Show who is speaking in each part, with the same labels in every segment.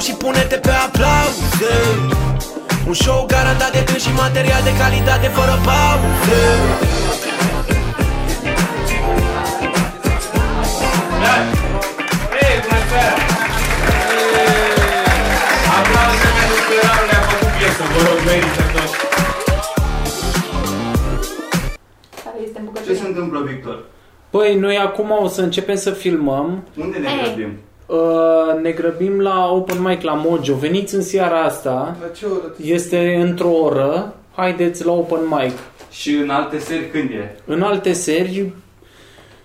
Speaker 1: și pune-te pe aplauze Un show garantat de gând și material de calitate fără pauze
Speaker 2: Ei, bună seara! Aplauze pentru că Raul ne-a făcut piesă, vă rog, merită tot.
Speaker 3: Care este în
Speaker 4: Ce se
Speaker 3: bucătărie?
Speaker 4: întâmplă, Victor?
Speaker 5: Păi, noi acum o să începem să filmăm.
Speaker 4: Unde ne
Speaker 3: Ei.
Speaker 4: grăbim?
Speaker 5: Uh, ne grăbim la open mic la Mojo. Veniți în seara asta.
Speaker 6: La ce oră?
Speaker 5: Este într-o oră. Haideți la open mic.
Speaker 4: Și în alte seri când e?
Speaker 5: În alte seri,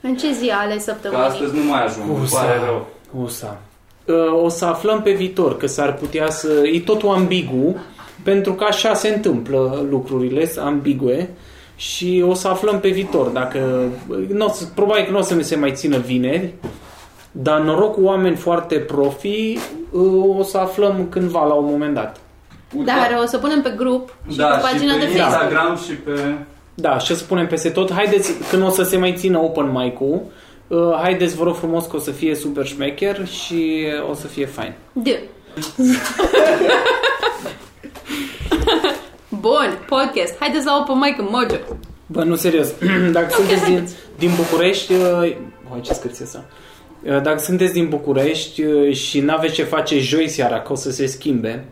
Speaker 3: În ce zi ale
Speaker 4: Că
Speaker 3: săptămânii?
Speaker 4: astăzi nu mai ajung, îmi pare rău.
Speaker 5: USA. Uh, O să aflăm pe viitor că s-ar putea să... E totul ambigu, pentru că așa se întâmplă lucrurile, sunt ambigue. Și o să aflăm pe viitor dacă... n-o să- probabil că nu o să ne se mai țină vineri, dar noroc cu oameni foarte profi, uh, o să aflăm cândva la un moment dat.
Speaker 4: Uite,
Speaker 3: Dar o să punem pe grup Da, și
Speaker 4: da,
Speaker 3: pe pagina
Speaker 4: și pe
Speaker 3: de Facebook.
Speaker 4: Instagram și pe...
Speaker 5: Da, și o să punem peste tot. Haideți, când o să se mai țină open mic-ul, uh, haideți, vă rog frumos, că o să fie super șmecher și o să fie fain.
Speaker 3: D. Bun, podcast. Haideți la open mic în Mojo.
Speaker 5: Bă, nu, serios. Dacă sunteți din, din București... Uh, bă, ce scârție asta. Uh, Dacă sunteți din București uh, și n-aveți ce face joi seara, că o să se schimbe,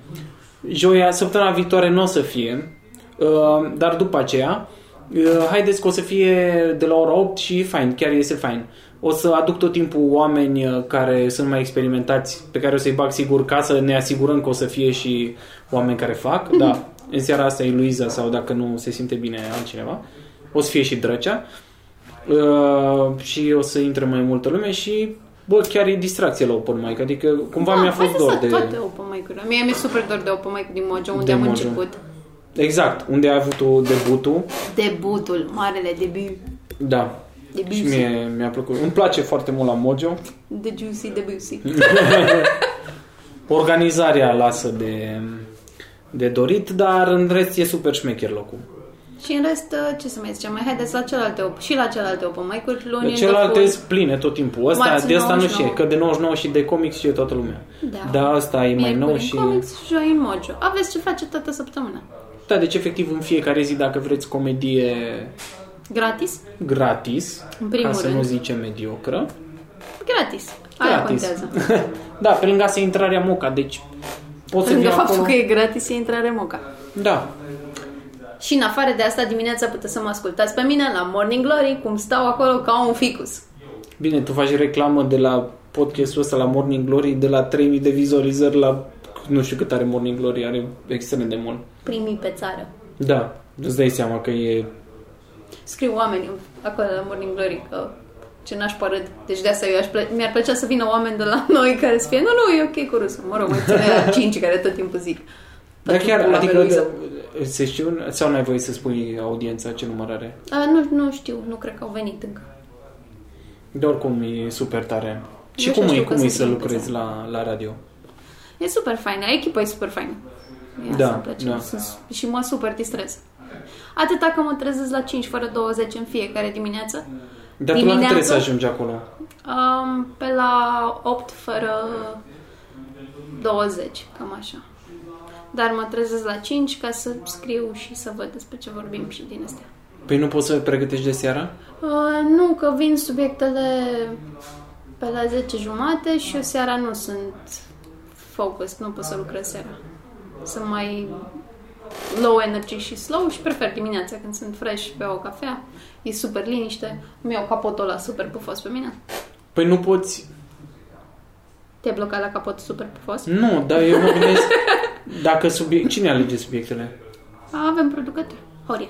Speaker 5: joia, săptămâna viitoare nu o să fie, uh, dar după aceea, uh, haideți că o să fie de la ora 8 și fain, chiar este fain. O să aduc tot timpul oameni uh, care sunt mai experimentați, pe care o să-i bag sigur ca să ne asigurăm că o să fie și oameni care fac, da. În seara asta e Luiza sau dacă nu se simte bine altcineva. O să fie și Drăcea. Uh, și o să intre mai multă lume și bă, chiar e distracție la open mic. Adică cumva
Speaker 3: Da,
Speaker 5: mi-a fost
Speaker 3: haideți
Speaker 5: dor
Speaker 3: la
Speaker 5: de...
Speaker 3: toate open mic-urile. Mie mi-e super dor de open mic din Mojo, unde
Speaker 5: De
Speaker 3: am
Speaker 5: Mojo.
Speaker 3: început.
Speaker 5: Exact, unde ai avut tu debutul.
Speaker 3: Debutul, marele debut.
Speaker 5: Da.
Speaker 3: Debussy.
Speaker 5: Și mie mi-a plăcut. Îmi place foarte mult la Mojo.
Speaker 3: De Juicy Debussy.
Speaker 5: Mm. Organizarea lasă de, de dorit, dar în rest e super șmecher locul.
Speaker 3: și în rest, ce să mai zicem? Mai haideți la celelalte op- și la celelalte open mic-uri. Luni
Speaker 5: De
Speaker 3: in
Speaker 5: celelalte
Speaker 3: the
Speaker 5: sunt pline tot timpul. Asta,
Speaker 3: Marți
Speaker 5: de asta nu
Speaker 3: 99.
Speaker 5: știe, că de 99 și de comics știe toată lumea.
Speaker 3: Da.
Speaker 5: Dar asta e
Speaker 3: full.
Speaker 5: mai nou
Speaker 3: Miercuri
Speaker 5: și...
Speaker 3: în comics, joi în Mojo. Aveți ce face toată săptămâna.
Speaker 5: Da, deci efectiv în fiecare zi, dacă vreți comedie
Speaker 3: Gratis?
Speaker 5: gratis,
Speaker 3: În primul
Speaker 5: ca să
Speaker 3: rând.
Speaker 5: nu zicem mediocră.
Speaker 3: Gratis. Aia
Speaker 5: gratis.
Speaker 3: contează.
Speaker 5: da, pe lângă asta e intrarea moca, deci poți să
Speaker 3: Lângă
Speaker 5: vii
Speaker 3: faptul
Speaker 5: acolo.
Speaker 3: că e gratis, e intrare moca.
Speaker 5: Da,
Speaker 3: Și în afară de asta, dimineața puteți să mă ascultați pe mine la Morning Glory, cum stau acolo ca un ficus.
Speaker 5: Bine, tu faci reclamă de la podcastul ăsta la Morning Glory de la 3000 de vizualizări la nu știu cât are Morning Glory, are extrem de mult.
Speaker 3: Primii pe țară.
Speaker 5: Da, îți dai seama că e...
Speaker 3: Scriu oameni acolo la Morning Glory că ce n-aș părât. Deci de asta eu aș plă- mi-ar plăcea să vină oameni de la noi care să fie, nu, nu, e ok cu rusul. Mă rog, mai ține la cinci care tot timpul zic.
Speaker 5: Dar
Speaker 3: Pentru
Speaker 5: chiar,
Speaker 3: pula pe
Speaker 5: adică,
Speaker 3: Luiza.
Speaker 5: se știu, sau n-ai voie să spui audiența ce număr are?
Speaker 3: A, nu, nu știu, nu cred că au venit încă.
Speaker 5: De oricum e super tare. Și
Speaker 3: știu,
Speaker 5: cum e,
Speaker 3: știu că
Speaker 5: cum e
Speaker 3: sunt
Speaker 5: să
Speaker 3: din
Speaker 5: lucrezi
Speaker 3: București.
Speaker 5: la, la radio?
Speaker 3: E super faină, echipa e super faină. E asta
Speaker 5: Da,
Speaker 3: îmi place.
Speaker 5: da.
Speaker 3: Sunt, și mă super distrez. Atâta că mă trezesc la 5 fără 20 în fiecare dimineață.
Speaker 5: Dar tu la cât
Speaker 3: Dimineața?
Speaker 5: trebuie să ajungi acolo?
Speaker 3: Um, pe la 8 fără 20, cam așa. Dar mă trezesc la 5 ca să scriu și să văd despre ce vorbim și din astea.
Speaker 5: Păi nu poți să pregătești de seara?
Speaker 3: Uh, nu, că vin subiectele pe la 10 jumate și eu seara nu sunt focus, nu pot să lucrez seara. Sunt mai low energy și slow și prefer dimineața când sunt fresh, beau o cafea, e super liniște, îmi iau capotul ăla super pufos pe mine.
Speaker 5: Păi nu poți...
Speaker 3: Te-ai blocat la capot super pufos?
Speaker 5: Nu, dar eu mă gândesc... Dacă subiect... Cine alege subiectele?
Speaker 3: Avem producător, Horia.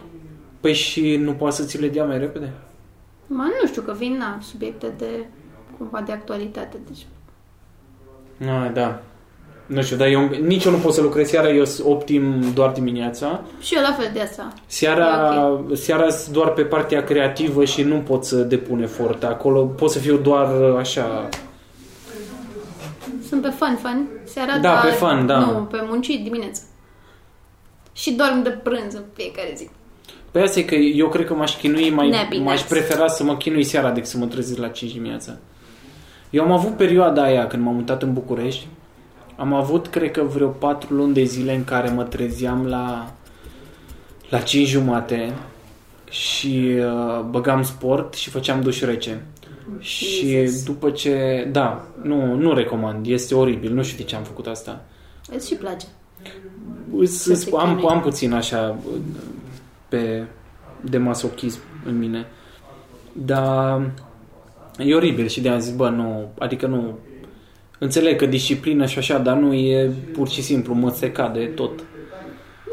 Speaker 5: Păi și nu poate să ți le dea mai repede?
Speaker 3: Mă, nu știu că vin la subiecte de cumva de actualitate, deci
Speaker 5: Ah, da. Nu știu, dar eu, nici eu nu pot să lucrez seara, eu sunt optim doar dimineața.
Speaker 3: și eu la fel de asta.
Speaker 5: Seara,
Speaker 3: E
Speaker 5: okay. seara sunt doar pe partea creativă și nu pot să depun efort. Acolo pot să fiu doar așa...
Speaker 3: Sunt pe fun, fun. Seara,
Speaker 5: Da,
Speaker 3: dar
Speaker 5: pe fun, da.
Speaker 3: Nu, pe muncit dimineața. Și dorm de prânz în fiecare zi.
Speaker 5: Pe Păi asta e că eu cred că m-aș chinui mai...
Speaker 3: Nappy
Speaker 5: M-aș
Speaker 3: naps.
Speaker 5: prefera să mă chinui seara decât să mă trezesc la 5 dimineața. Eu am avut perioada aia când m-am mutat în București Am avut, cred că, vreo patru luni de zile în care mă trezeam la, la 5 jumate și uh, băgam sport și făceam duș rece. Și
Speaker 3: Jesus.
Speaker 5: după ce... Da, nu, nu recomand. Este oribil. Nu știu de ce am făcut asta.
Speaker 3: Îți și place.
Speaker 5: Îs- îs-
Speaker 3: se
Speaker 5: am,
Speaker 3: chinuie.
Speaker 5: am puțin așa pe de masochism în mine. Dar e oribil și de am zis, bă, nu, adică nu înțeleg că disciplină și așa, dar nu e pur și simplu, mă se cade tot.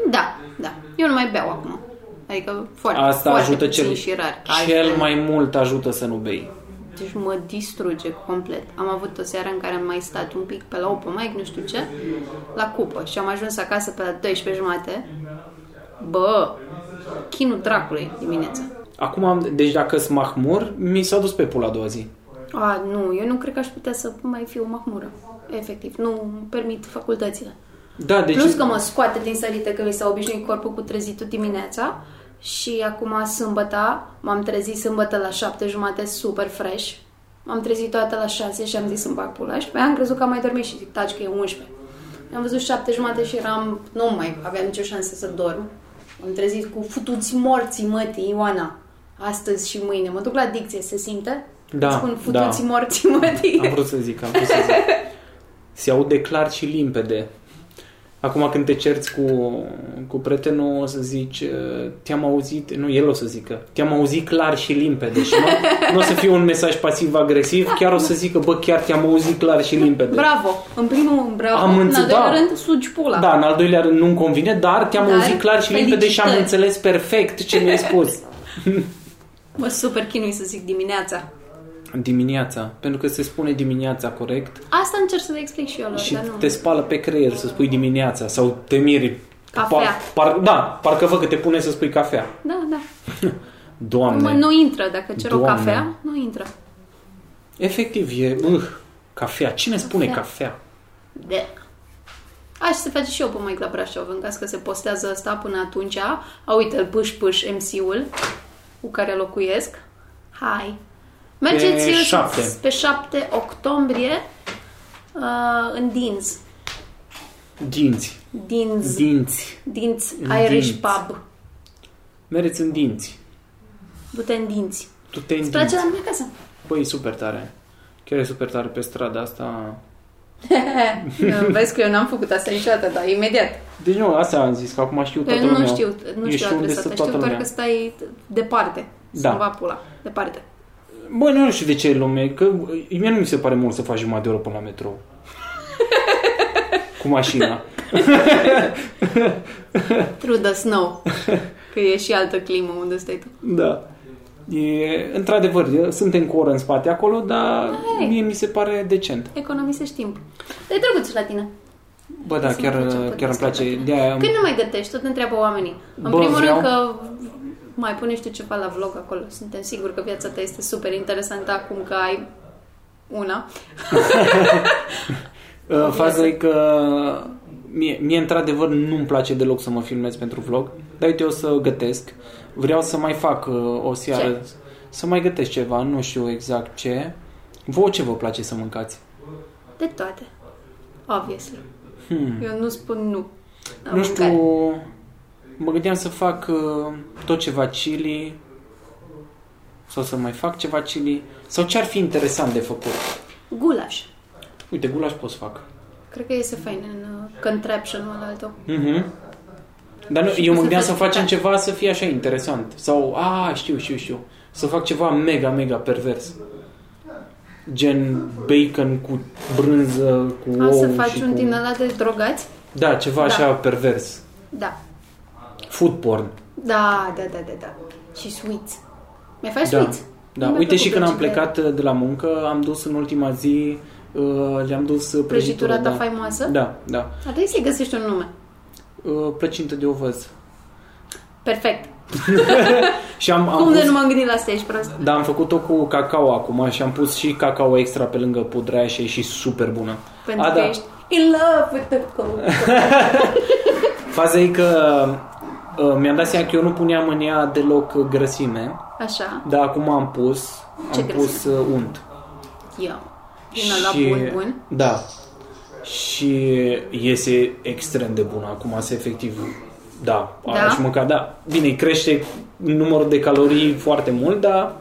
Speaker 3: Da, da. Eu nu mai beau acum. Adică foarte,
Speaker 5: Asta
Speaker 3: foarte
Speaker 5: ajută
Speaker 3: puțin
Speaker 5: cel,
Speaker 3: și rar.
Speaker 5: cel
Speaker 3: Altfel-
Speaker 5: mai mult ajută să nu bei.
Speaker 3: Deci mă distruge complet. Am avut o seară în care am mai stat un pic pe la open mic, nu știu ce, la cupă și am ajuns acasă pe la 12 jumate. Bă, chinul dracului dimineața.
Speaker 5: Acum, am- deci dacă sunt mahmur, mi s-a dus pe pula a doua zi.
Speaker 3: A, nu, eu nu cred că aș putea să mai fiu mahmură. Efectiv, nu îmi permit facultățile.
Speaker 5: Da, deci...
Speaker 3: Deci... Plus că mă scoate din sărite că mi s-a obișnuit corpul cu trezitul dimineața și acum sâmbătă, m-am trezit sâmbătă la șapte jumate, super fresh. M-am trezit toată la 6 și am zis să-mi bag pula și pe aia am crezut că am mai dormit și zic, taci că e 11. Am văzut șapte jumate și eram, nu mai aveam nicio șansă să dorm. Am trezit cu futuți morții, mătii, Ioana. Astăzi și mâine. Mă duc la dicție, se simte?
Speaker 5: Da,
Speaker 3: Îți Spun
Speaker 5: da.
Speaker 3: futuți morții, mătii.
Speaker 5: Am vrut să zic, am vrut să zic. Se aude clar și limpede. Acum când te cerți cu, cu prietenul, o să zici, uh, te-am auzit, nu, el o să zică, te-am auzit clar și limpede și nu, nu o să fie un mesaj pasiv-agresiv, chiar o să zică, bă, chiar te-am auzit clar și limpede.
Speaker 3: Bravo! În primul rând, bravo.
Speaker 5: Am
Speaker 3: în al
Speaker 5: înțe-
Speaker 3: doilea
Speaker 5: da.
Speaker 3: rând, sugi pula.
Speaker 5: Da, în al doilea rând nu-mi convine, dar te-am
Speaker 3: Dar
Speaker 5: auzit clar și limpede și am
Speaker 3: felicitări.
Speaker 5: înțeles perfect ce mi-ai spus.
Speaker 3: Mă super chinui să zic dimineața.
Speaker 5: Dimineața, pentru că se spune dimineața corect
Speaker 3: Asta încerc să le explic și eu lor,
Speaker 5: și
Speaker 3: dar nu.
Speaker 5: te spală pe creier să spui dimineața sau te miri.
Speaker 3: Cafea.
Speaker 5: par, da, parcă văd că te pune să spui cafea.
Speaker 3: Da, da.
Speaker 5: Doamne.
Speaker 3: Mă, nu intră. Dacă cer o
Speaker 5: Doamne.
Speaker 3: cafea, nu intră.
Speaker 5: Efectiv e... Uh, cafea. Cine spune
Speaker 3: Cafea.
Speaker 5: cafea?
Speaker 3: De. Aș se face și eu pe mai la Brașov, în caz că se postează asta până atunci. A, uite-l, pâș, pâș, MC-ul cu care locuiesc. Hai! Mergeți
Speaker 5: Pe șapte.
Speaker 3: pe 7 octombrie uh, în Dinz.
Speaker 5: Dinți.
Speaker 3: Dinz.
Speaker 5: Dinți.
Speaker 3: Dinz
Speaker 5: În
Speaker 3: Irish
Speaker 5: Dinz.
Speaker 3: Pub.
Speaker 5: Mereți în dinți.
Speaker 3: Du-te în dinți.
Speaker 5: Tu te
Speaker 3: Îți
Speaker 5: dinți.
Speaker 3: place la mine acasă?
Speaker 5: Păi, e super tare. Chiar e super tare pe strada asta.
Speaker 3: Vezi că eu n-am făcut asta niciodată, dar imediat.
Speaker 5: Deci nu, asta am zis, că acum știu toată
Speaker 3: Eu Păi nu
Speaker 5: lumea.
Speaker 3: știu, nu
Speaker 5: Ești
Speaker 3: știu
Speaker 5: unde
Speaker 3: adresa
Speaker 5: stă
Speaker 3: ta,
Speaker 5: toată
Speaker 3: știu doar
Speaker 5: lumea.
Speaker 3: că stai departe.
Speaker 5: Da.
Speaker 3: Da. pula, departe.
Speaker 5: Bă, nu știu de ce e lume, că mie nu mi se pare mult să faci jumătate de oră până la metrou. Cu mașina.
Speaker 3: Through the snow. Că e și altă climă unde stai tu.
Speaker 5: Da. E, într-adevăr, e- suntem cu o oră în spate acolo, dar
Speaker 3: Hai.
Speaker 5: mie mi se pare decent.
Speaker 3: Economisești timp. E drăguț și la tine.
Speaker 5: Bă, da,
Speaker 3: Să ne
Speaker 5: chiar,
Speaker 3: facem
Speaker 5: chiar îmi
Speaker 3: podcastul
Speaker 5: place.
Speaker 3: la
Speaker 5: De aia
Speaker 3: Când nu mai gătești, tot ne întreabă oamenii. În
Speaker 5: Bă,
Speaker 3: primul
Speaker 5: vreau-
Speaker 3: rând că mai pune și tu ceva la vlog acolo. Suntem siguri că viața ta este super interesantă acum că ai una.
Speaker 5: faza e că mie, mie într-adevăr nu-mi place deloc să mă filmez pentru vlog, dar uite, eu să gătesc. Vreau să mai fac uh, o seară,
Speaker 3: Ce?
Speaker 5: să mai gătesc ceva, nu știu exact ce. Vouă ce vă place să mâncați?
Speaker 3: De toate. Obviously. Eu nu spun nu. La
Speaker 5: Hmm. Nu
Speaker 3: mâncare.
Speaker 5: știu, mă gândeam să fac uh, tot ceva chili sau să mai fac ceva chili sau ce ar fi interesant de făcut.
Speaker 3: Gulaș.
Speaker 5: Uite, gulaș pot să fac.
Speaker 3: Cred că iese fain în uh, contraption-ul ăla al tău.
Speaker 5: Mhm. Dar nu, eu mă
Speaker 3: să
Speaker 5: gândeam să
Speaker 3: faci
Speaker 5: facem
Speaker 3: picat.
Speaker 5: ceva să fie așa interesant. Sau, a, știu, știu, știu. Să fac ceva mega, mega pervers. Gen bacon cu brânză, cu
Speaker 3: A,
Speaker 5: ou
Speaker 3: să faci
Speaker 5: Oh, și
Speaker 3: un
Speaker 5: cu...
Speaker 3: din ăla de drogați?
Speaker 5: Da, ceva
Speaker 3: Da.
Speaker 5: așa pervers.
Speaker 3: Da.
Speaker 5: Food porn.
Speaker 3: Da, da, da, da, da. Și sweets. Mai faci
Speaker 5: Da.
Speaker 3: sweets?
Speaker 5: da.
Speaker 3: Mi-a
Speaker 5: Uite
Speaker 3: plăcut
Speaker 5: și când am
Speaker 3: plăcirea.
Speaker 5: plecat uh, de la muncă, am dus în ultima zi, uh, le-am dus uh, prăjitura.
Speaker 3: Prăjitura ta
Speaker 5: da.
Speaker 3: faimoasă?
Speaker 5: Da, da.
Speaker 3: Ar trebui să-i găsești un nume.
Speaker 5: Uh, plăcintă de ovăz.
Speaker 3: Perfect.
Speaker 5: Și am, am
Speaker 3: Cum de
Speaker 5: pus-
Speaker 3: nu m-am gândit la asta, ești prost.
Speaker 5: Dar am făcut-o cu cacao acum și am pus și cacao extra pe lângă pudra aia și a ieșit super bună.
Speaker 3: Pentru
Speaker 5: a,
Speaker 3: că
Speaker 5: da.
Speaker 3: ești in love with the cold.
Speaker 5: Faza e că uh, mi-am dat seama că eu nu puneam în ea deloc uh, grăsime,
Speaker 3: Așa.
Speaker 5: dar acum am pus,
Speaker 3: Ce
Speaker 5: am
Speaker 3: grăsime?
Speaker 5: pus uh, unt.
Speaker 3: Eu. Din ăla bun, bun.
Speaker 5: Da. și iese extrem de bună. Acum se efectiv, da,
Speaker 3: Da?
Speaker 5: aș mânca, da. Bine, îi crește numărul de calorii foarte mult, dar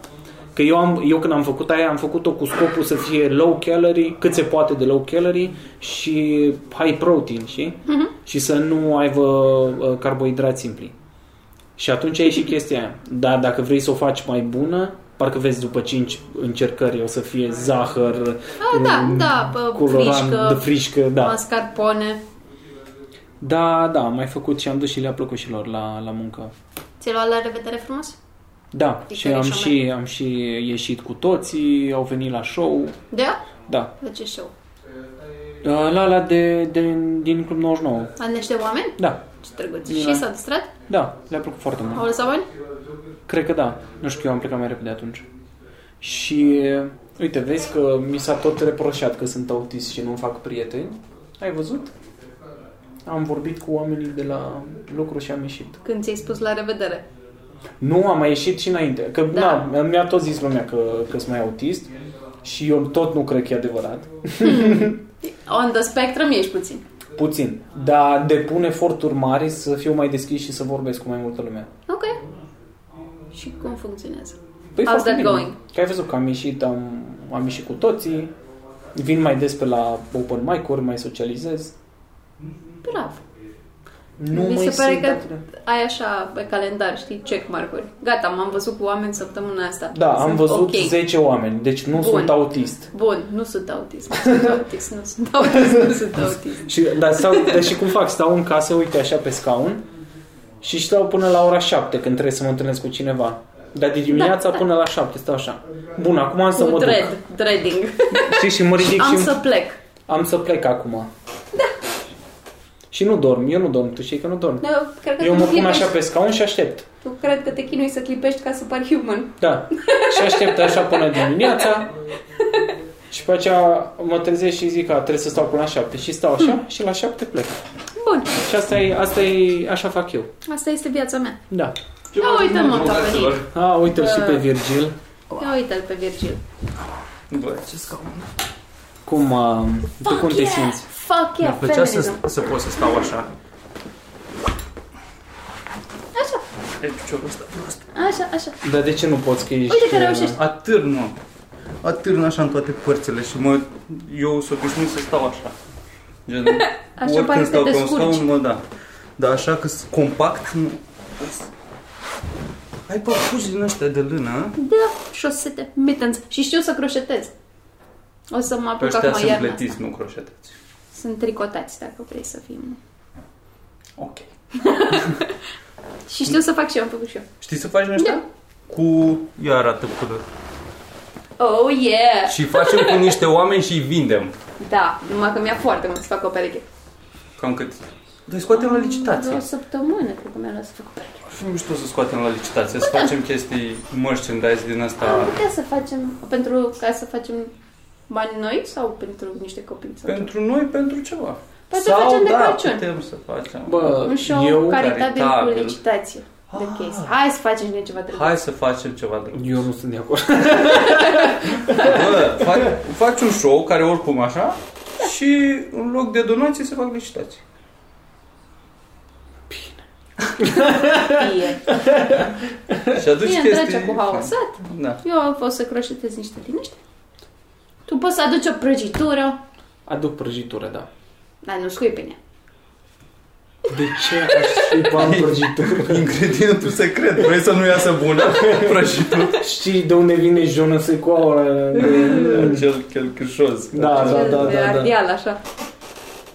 Speaker 5: că eu, am, eu când am făcut aia, am făcut-o cu scopul să fie low calorie, cât se poate de low calorie și high protein, știi? Uh-huh. Și să nu aibă uh, carbohidrați simpli. Și atunci e și chestia aia. Dar dacă vrei să o faci mai bună, parcă vezi după 5 încercări o să fie zahăr,
Speaker 3: Ah, da,
Speaker 5: um,
Speaker 3: da, pă, frișcă,
Speaker 5: de frișcă, da.
Speaker 3: mascarpone.
Speaker 5: Da, da, am mai făcut și am dus și le-a plăcut și lor la, la muncă.
Speaker 3: Ți-ai luat la revedere frumos?
Speaker 5: Da,
Speaker 3: Deci
Speaker 5: și
Speaker 3: care
Speaker 5: am
Speaker 3: și-o
Speaker 5: și, am și ieșit cu toții, au venit la show,
Speaker 3: Da?
Speaker 5: da.
Speaker 3: De ce show?
Speaker 5: La la de, de, din Club 99,
Speaker 3: Al niște oameni?
Speaker 5: da,
Speaker 3: Ce drăguț.
Speaker 5: Bine.
Speaker 3: Și s-a distrat?
Speaker 5: da, le-a plăcut foarte mult.
Speaker 3: Au lăsat bani?
Speaker 5: Cred că da. Nu știu, eu am plecat mai repede atunci. Și uite, vezi că mi s-a tot reproșat că sunt autist și nu fac prieteni. Ai văzut? Am vorbit cu oamenii de la lucru și am ieșit.
Speaker 3: Când ți-ai spus la revedere.
Speaker 5: Nu, am mai ieșit și înainte. Că
Speaker 3: Da.
Speaker 5: da. na, mi-a tot zis lumea că că sunt mai autist și eu tot nu cred că e adevărat.
Speaker 3: On the spectrum ești puțin.
Speaker 5: Puțin. Dar depun eforturi mari să fiu mai deschis și să vorbesc cu mai multă lume.
Speaker 3: Ok. Și cum funcționează?
Speaker 5: Păi
Speaker 3: How's
Speaker 5: foarte
Speaker 3: that
Speaker 5: bine.
Speaker 3: going?
Speaker 5: Că ai văzut că am ieșit, am, am ieșit cu toții, vin mai des pe la open mic-uri, mai socializez.
Speaker 3: Bravo.
Speaker 5: Nu
Speaker 3: Mi
Speaker 5: mai
Speaker 3: se pare
Speaker 5: sunt
Speaker 3: că
Speaker 5: atât.
Speaker 3: ai așa pe calendar, știi, check marcuri. Gata, m-am văzut cu oameni săptămâna asta.
Speaker 5: Da,
Speaker 3: Sunt
Speaker 5: am văzut
Speaker 3: ok.
Speaker 5: okay. 10 oameni, deci nu
Speaker 3: Bun.
Speaker 5: Bun. sunt autist.
Speaker 3: Bun, nu sunt autist, nu sunt autist, nu sunt autist, nu sunt autist.
Speaker 5: Și, dar, stau, dar și cum fac? Stau în casă, uite așa pe scaun și stau până la ora 7 când trebuie să mă întâlnesc cu cineva. Dar de dimineața da, da. până la 7 stau așa. Bun, acum am să
Speaker 3: Cu
Speaker 5: mă duc.
Speaker 3: dread, dreading.
Speaker 5: Și, și mă
Speaker 2: Deci
Speaker 5: ridic
Speaker 3: Am
Speaker 5: și
Speaker 3: să plec.
Speaker 5: am să plec acum. Da. Și nu dorm, eu nu dorm, tu știi că nu dorm.
Speaker 3: Da, cred că
Speaker 5: Eu
Speaker 3: tu
Speaker 5: mă pun
Speaker 3: clipești.
Speaker 5: așa pe scaun și aștept.
Speaker 3: Tu cred că te chinui să clipești ca să pari human.
Speaker 5: Da. Și aștept așa până dimineața. Și pe aceea mă trezesc și zic că trebuie să stau până la șapte. Și stau așa mm. și la șapte plec.
Speaker 3: Bun,
Speaker 5: Și asta e, asta e, așa fac eu.
Speaker 3: asta este viața mea.
Speaker 5: Da.
Speaker 4: Ce
Speaker 3: Ia
Speaker 4: v-ați
Speaker 3: uite,
Speaker 4: făcut,
Speaker 3: mă,
Speaker 4: drăguțelor?
Speaker 3: Topăric.
Speaker 5: A, uite-l și
Speaker 3: Da.
Speaker 5: pe Virgil.
Speaker 3: Ia uite-l pe Virgil.
Speaker 2: Bă, ce scaun.
Speaker 5: Cum, uh, tu cum te simți?
Speaker 3: Fuck
Speaker 2: Mi-ar
Speaker 3: yeah,
Speaker 2: plăcea
Speaker 3: feminism.
Speaker 2: să, să pot să stau așa. Așa. E piciorul ăsta prost.
Speaker 3: Așa, așa.
Speaker 5: Dar de ce nu poți că ești...
Speaker 3: Uite că
Speaker 5: uh,
Speaker 3: reușești.
Speaker 2: Atârnă. Atârnă așa în toate părțile și mă... Eu sunt obișnuit să stau așa. Gen, oricând
Speaker 3: pare să
Speaker 2: stau
Speaker 3: te
Speaker 2: pe un
Speaker 3: descurci.
Speaker 2: scaun, mă, da. Dar așa că sunt compact, nu... Ai papuci din ăștia de lână,
Speaker 3: Da, șosete, mittens. Și știu să croșetez. O să mă
Speaker 2: pe
Speaker 3: apuc
Speaker 2: ăștia
Speaker 3: acum
Speaker 2: sunt
Speaker 3: iarna asta.
Speaker 2: pletiți, nu croșetați.
Speaker 3: Sunt tricotați, dacă vrei să fim.
Speaker 2: Ok. Hm.
Speaker 3: Și știu să fac și eu, am făcut și eu. Da.
Speaker 2: Știi să faci din ăștia? Cu... Ia arată până.
Speaker 3: Oh, yeah!
Speaker 2: Și facem cu niște oameni și îi vindem.
Speaker 3: Da, numai că mi-a foarte mult să fac o pereche.
Speaker 2: Cam cât? Doi scoatem la licitație.
Speaker 3: Vreo o săptămână, cred că mi-a luat să fac o pereche.
Speaker 2: Ar fi mișto să scoatem la licitație, să
Speaker 3: Păi da.
Speaker 2: facem chestii merchandise din
Speaker 3: Am
Speaker 2: asta.
Speaker 3: putea să facem, pentru ca să facem bani noi sau pentru niște copii? Sau ceva?
Speaker 2: Pentru noi, pentru ceva.
Speaker 3: Poate facem de
Speaker 2: da,
Speaker 3: Crăciun.
Speaker 2: putem să facem.
Speaker 5: Bă,
Speaker 3: Un show eu,
Speaker 5: eu,
Speaker 3: caritabil,
Speaker 2: caritabil. Ah.
Speaker 3: cu licitație de chestii. Hai să facem noi ceva drăguț.
Speaker 2: Hai să facem ceva drăguț.
Speaker 5: eu nu sunt de acord.
Speaker 2: Bă, fac, faci un show care oricum așa
Speaker 3: Da.
Speaker 2: și în loc de donații se fac licitații.
Speaker 3: Fie.
Speaker 2: Și aduci
Speaker 3: Fie îmi
Speaker 2: chestii.
Speaker 3: trece cu haosat.
Speaker 2: Da.
Speaker 3: Eu am fost să croșetez niște liniște. Tu poți să aduci o prăjitură,
Speaker 5: Aduc prăjitură, da.
Speaker 3: dar nu scui pe ea.
Speaker 5: De ce aș fi bani prăjitură?
Speaker 2: Ingredientul secret. Vrei să nu iasă bună? Prăjitul.
Speaker 5: Știi de unde vine Jonas Secoala?
Speaker 2: Acel chelcâșos.
Speaker 5: Da, da, da,
Speaker 3: de
Speaker 5: da, da.
Speaker 3: ardeal, așa,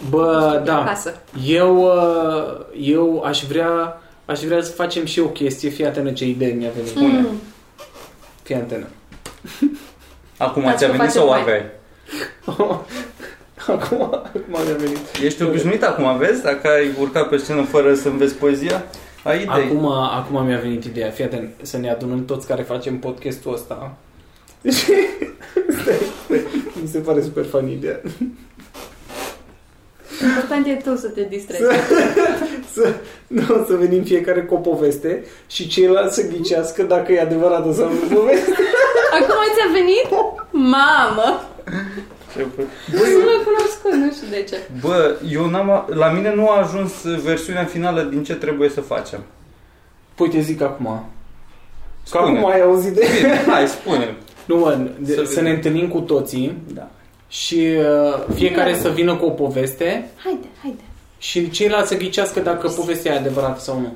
Speaker 5: Bă,
Speaker 3: de
Speaker 5: da.
Speaker 3: acasă.
Speaker 5: Eu, uh, eu aș vrea aș vrea să facem și o chestie. Fii atentă ce idee mi-a venit.
Speaker 3: Mm.
Speaker 5: Bună. Fii atentă.
Speaker 2: Acum
Speaker 3: Dar
Speaker 2: ți-a
Speaker 3: să
Speaker 2: venit
Speaker 3: facem
Speaker 2: sau o
Speaker 3: mai.
Speaker 2: aveai?
Speaker 5: Acum, acum mi-a venit.
Speaker 2: Ești obișnuit acum, vezi? Dacă ai urcat pe scenă fără să înveți poezia, ai idei.
Speaker 5: Acum, acum mi-a venit ideea. Fii atent. Să ne adunăm toți care facem podcastul ăsta. Mi se pare super fan ideea.
Speaker 3: Important e tu să te distrezi.
Speaker 5: Să, nu, să venim fiecare cu o poveste și ceilalți să ghicească dacă e adevărată sau nu poveste.
Speaker 3: Acum ți-a venit? Mamă!
Speaker 2: Ce bă-
Speaker 6: Băi, nu le cunosc, nu știu de ce.
Speaker 2: Bă, eu n-am, a- la mine nu a ajuns versiunea finală din ce trebuie să facem.
Speaker 5: Păi te zic acum. Că
Speaker 2: Spune.
Speaker 5: acum ai auzit de...
Speaker 2: Bine, hai, spune.
Speaker 5: Nu, mă, de-
Speaker 2: Să
Speaker 5: să, ne
Speaker 2: vedem.
Speaker 5: întâlnim cu toții
Speaker 2: Da.
Speaker 5: și uh, fiecare să vină cu o poveste
Speaker 3: Haide, haide.
Speaker 5: și ceilalți să ghicească dacă povestea e adevărată sau nu.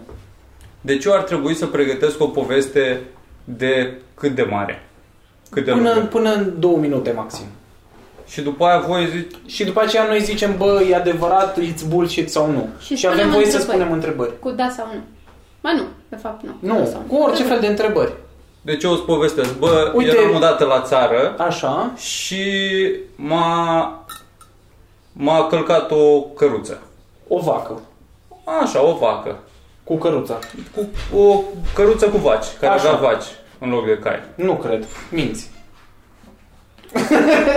Speaker 2: Deci eu ar trebui să pregătesc o poveste de cât de mare? Cât de
Speaker 5: Până,
Speaker 2: lungă?
Speaker 5: până în două minute maxim.
Speaker 2: Și după aia voi zici,
Speaker 5: Și după aceea noi zicem, bă, e adevărat, it's bullshit sau nu.
Speaker 3: Și
Speaker 5: Și,
Speaker 3: spunem
Speaker 5: avem voie să
Speaker 3: întrebări.
Speaker 5: spunem întrebări.
Speaker 3: Cu da sau nu. Ba nu, de fapt nu. Da
Speaker 5: Nu,
Speaker 3: sau
Speaker 5: cu orice fel de întrebări.
Speaker 2: deci eu îți povestesc, bă,
Speaker 5: Uite-
Speaker 2: Uite. eram odată la țară
Speaker 5: Așa.
Speaker 2: și m-a, m-a călcat o căruță.
Speaker 5: O vacă.
Speaker 2: Așa, o vacă.
Speaker 5: Cu căruța.
Speaker 2: Cu, o căruță cu vaci, care
Speaker 5: Așa.
Speaker 2: Așa. avea vaci în loc de cai.
Speaker 5: Nu cred. Minți.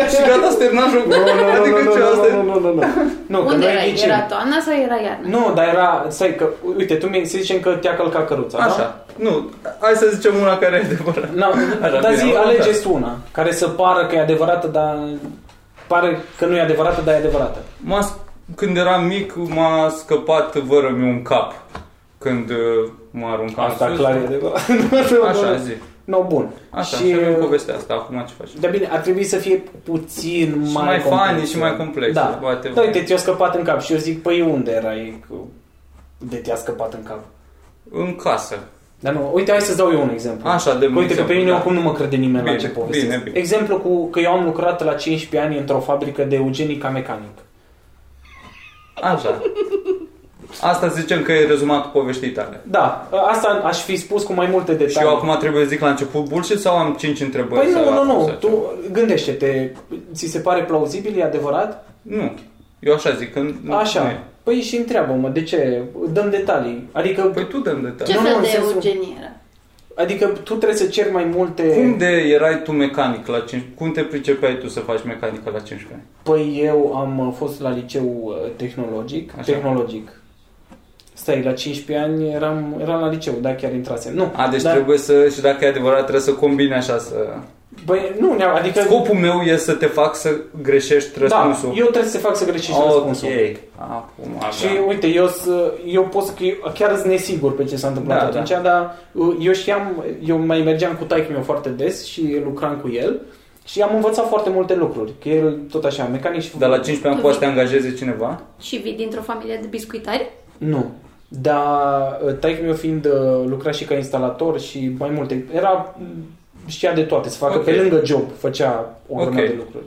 Speaker 2: Și gata, s-a terminat jocul. Adică ce asta?
Speaker 5: nu, nu, nu. Nu, că
Speaker 3: Unde
Speaker 5: noi
Speaker 3: era? Era
Speaker 5: ghicim.
Speaker 3: toamna sau era iarna?
Speaker 5: Nu, dar era, stai că, uite, tu mi să zicem că te-a călcat căruța, da?
Speaker 2: Așa. Nu, hai să zicem una care e adevărată.
Speaker 5: Na,
Speaker 2: Așa, bine,
Speaker 5: dar
Speaker 2: da.
Speaker 5: zi,
Speaker 2: am
Speaker 5: alegeți
Speaker 2: uitat.
Speaker 5: una care să pară că e adevărată, dar pare că nu e adevărată, dar e adevărată.
Speaker 2: M-a, sc- când eram mic, m-a scăpat vără mi un cap. Când uh, mă aruncam
Speaker 5: Asta
Speaker 2: sus.
Speaker 5: clar e adevărată.
Speaker 2: Așa, zi.
Speaker 5: No, bun.
Speaker 2: Așa,
Speaker 5: și uh, da.
Speaker 2: și avem povestea asta, acum ce faci?
Speaker 5: Dar bine, ar trebui să fie puțin
Speaker 2: Și
Speaker 5: mai
Speaker 2: mai
Speaker 5: complexă.
Speaker 2: funny și mai complexă,
Speaker 5: Da.
Speaker 2: poate.
Speaker 5: da uite, ți-a scăpat în cap și eu zic, păi unde erai cu- de te-a scăpat în cap?
Speaker 2: În casă.
Speaker 5: Dar nu, uite, hai să-ți dau eu un exemplu.
Speaker 2: Așa, dă-mi
Speaker 5: Că Uite, că
Speaker 2: exemplu,
Speaker 5: pe mine
Speaker 2: da.
Speaker 5: acum nu mă crede nimeni la
Speaker 2: Bine,
Speaker 5: ce povestesc.
Speaker 2: bine, bine.
Speaker 5: Exemplu cu că eu am lucrat la 15 ani într-o fabrică de eugenică mecanic.
Speaker 2: Așa. Asta zicem că e rezumatul poveștii tale.
Speaker 5: Da, asta aș fi spus cu mai multe detalii.
Speaker 2: Și eu acum trebuie să zic la început bullshit sau am 5 întrebări?
Speaker 5: Păi
Speaker 2: să
Speaker 5: nu, nu,
Speaker 2: las
Speaker 5: nu,
Speaker 2: să-
Speaker 5: tu gândește-te, ți se pare plauzibil, e adevărat?
Speaker 2: Nu. Eu așa zic, când... Nu
Speaker 5: Așa.
Speaker 2: e.
Speaker 5: Păi și întreabă-mă, de ce? Dăm detalii. Adică
Speaker 2: Păi tu dăm detalii.
Speaker 3: Ce
Speaker 5: Nu, nu,
Speaker 3: fel
Speaker 5: în
Speaker 3: de
Speaker 5: sensul-
Speaker 3: eugenie era?
Speaker 5: Adică tu trebuie să ceri mai multe...
Speaker 2: Cum de erai tu mecanic la 5... Cum te pricepeai tu să faci mecanică la 15 ani?
Speaker 5: Păi eu am uh, fost la liceu uh, tehnologic.
Speaker 2: Așa.
Speaker 5: Tehnologic. Stai, la 15 ani eram, eram la liceu, da, chiar intrasem. Nu,
Speaker 2: A, deci
Speaker 5: dar,
Speaker 2: trebuie să... Și dacă e adevărat, trebuie să combini așa să...
Speaker 5: Băi, nu, ne adică...
Speaker 2: Scopul meu e să te fac să greșești
Speaker 5: da,
Speaker 2: răspunsul.
Speaker 5: eu trebuie să fac să greșești okay. răspunsul.
Speaker 2: Ok. Acum,
Speaker 5: Și uite, eu, s- eu pot să, eu chiar sunt nesigur pe ce s-a întâmplat da,
Speaker 2: Da,
Speaker 5: atunci, da. dar uh, eu știam, eu mai mergeam cu taică meu foarte des și lucram cu el și am învățat foarte multe lucruri, că el tot așa, mecanic și...
Speaker 2: Dar la 15 ani poate să te angajeze cineva?
Speaker 3: Și vii dintr-o familie de biscuitari?
Speaker 5: Nu. Dar taic meu fiind uh, lucra și ca instalator și mai multe, era mm, știa de toate, să facă
Speaker 2: Ok.
Speaker 5: okay. pe lângă job, făcea o grămadă
Speaker 2: Ok.
Speaker 5: de lucruri.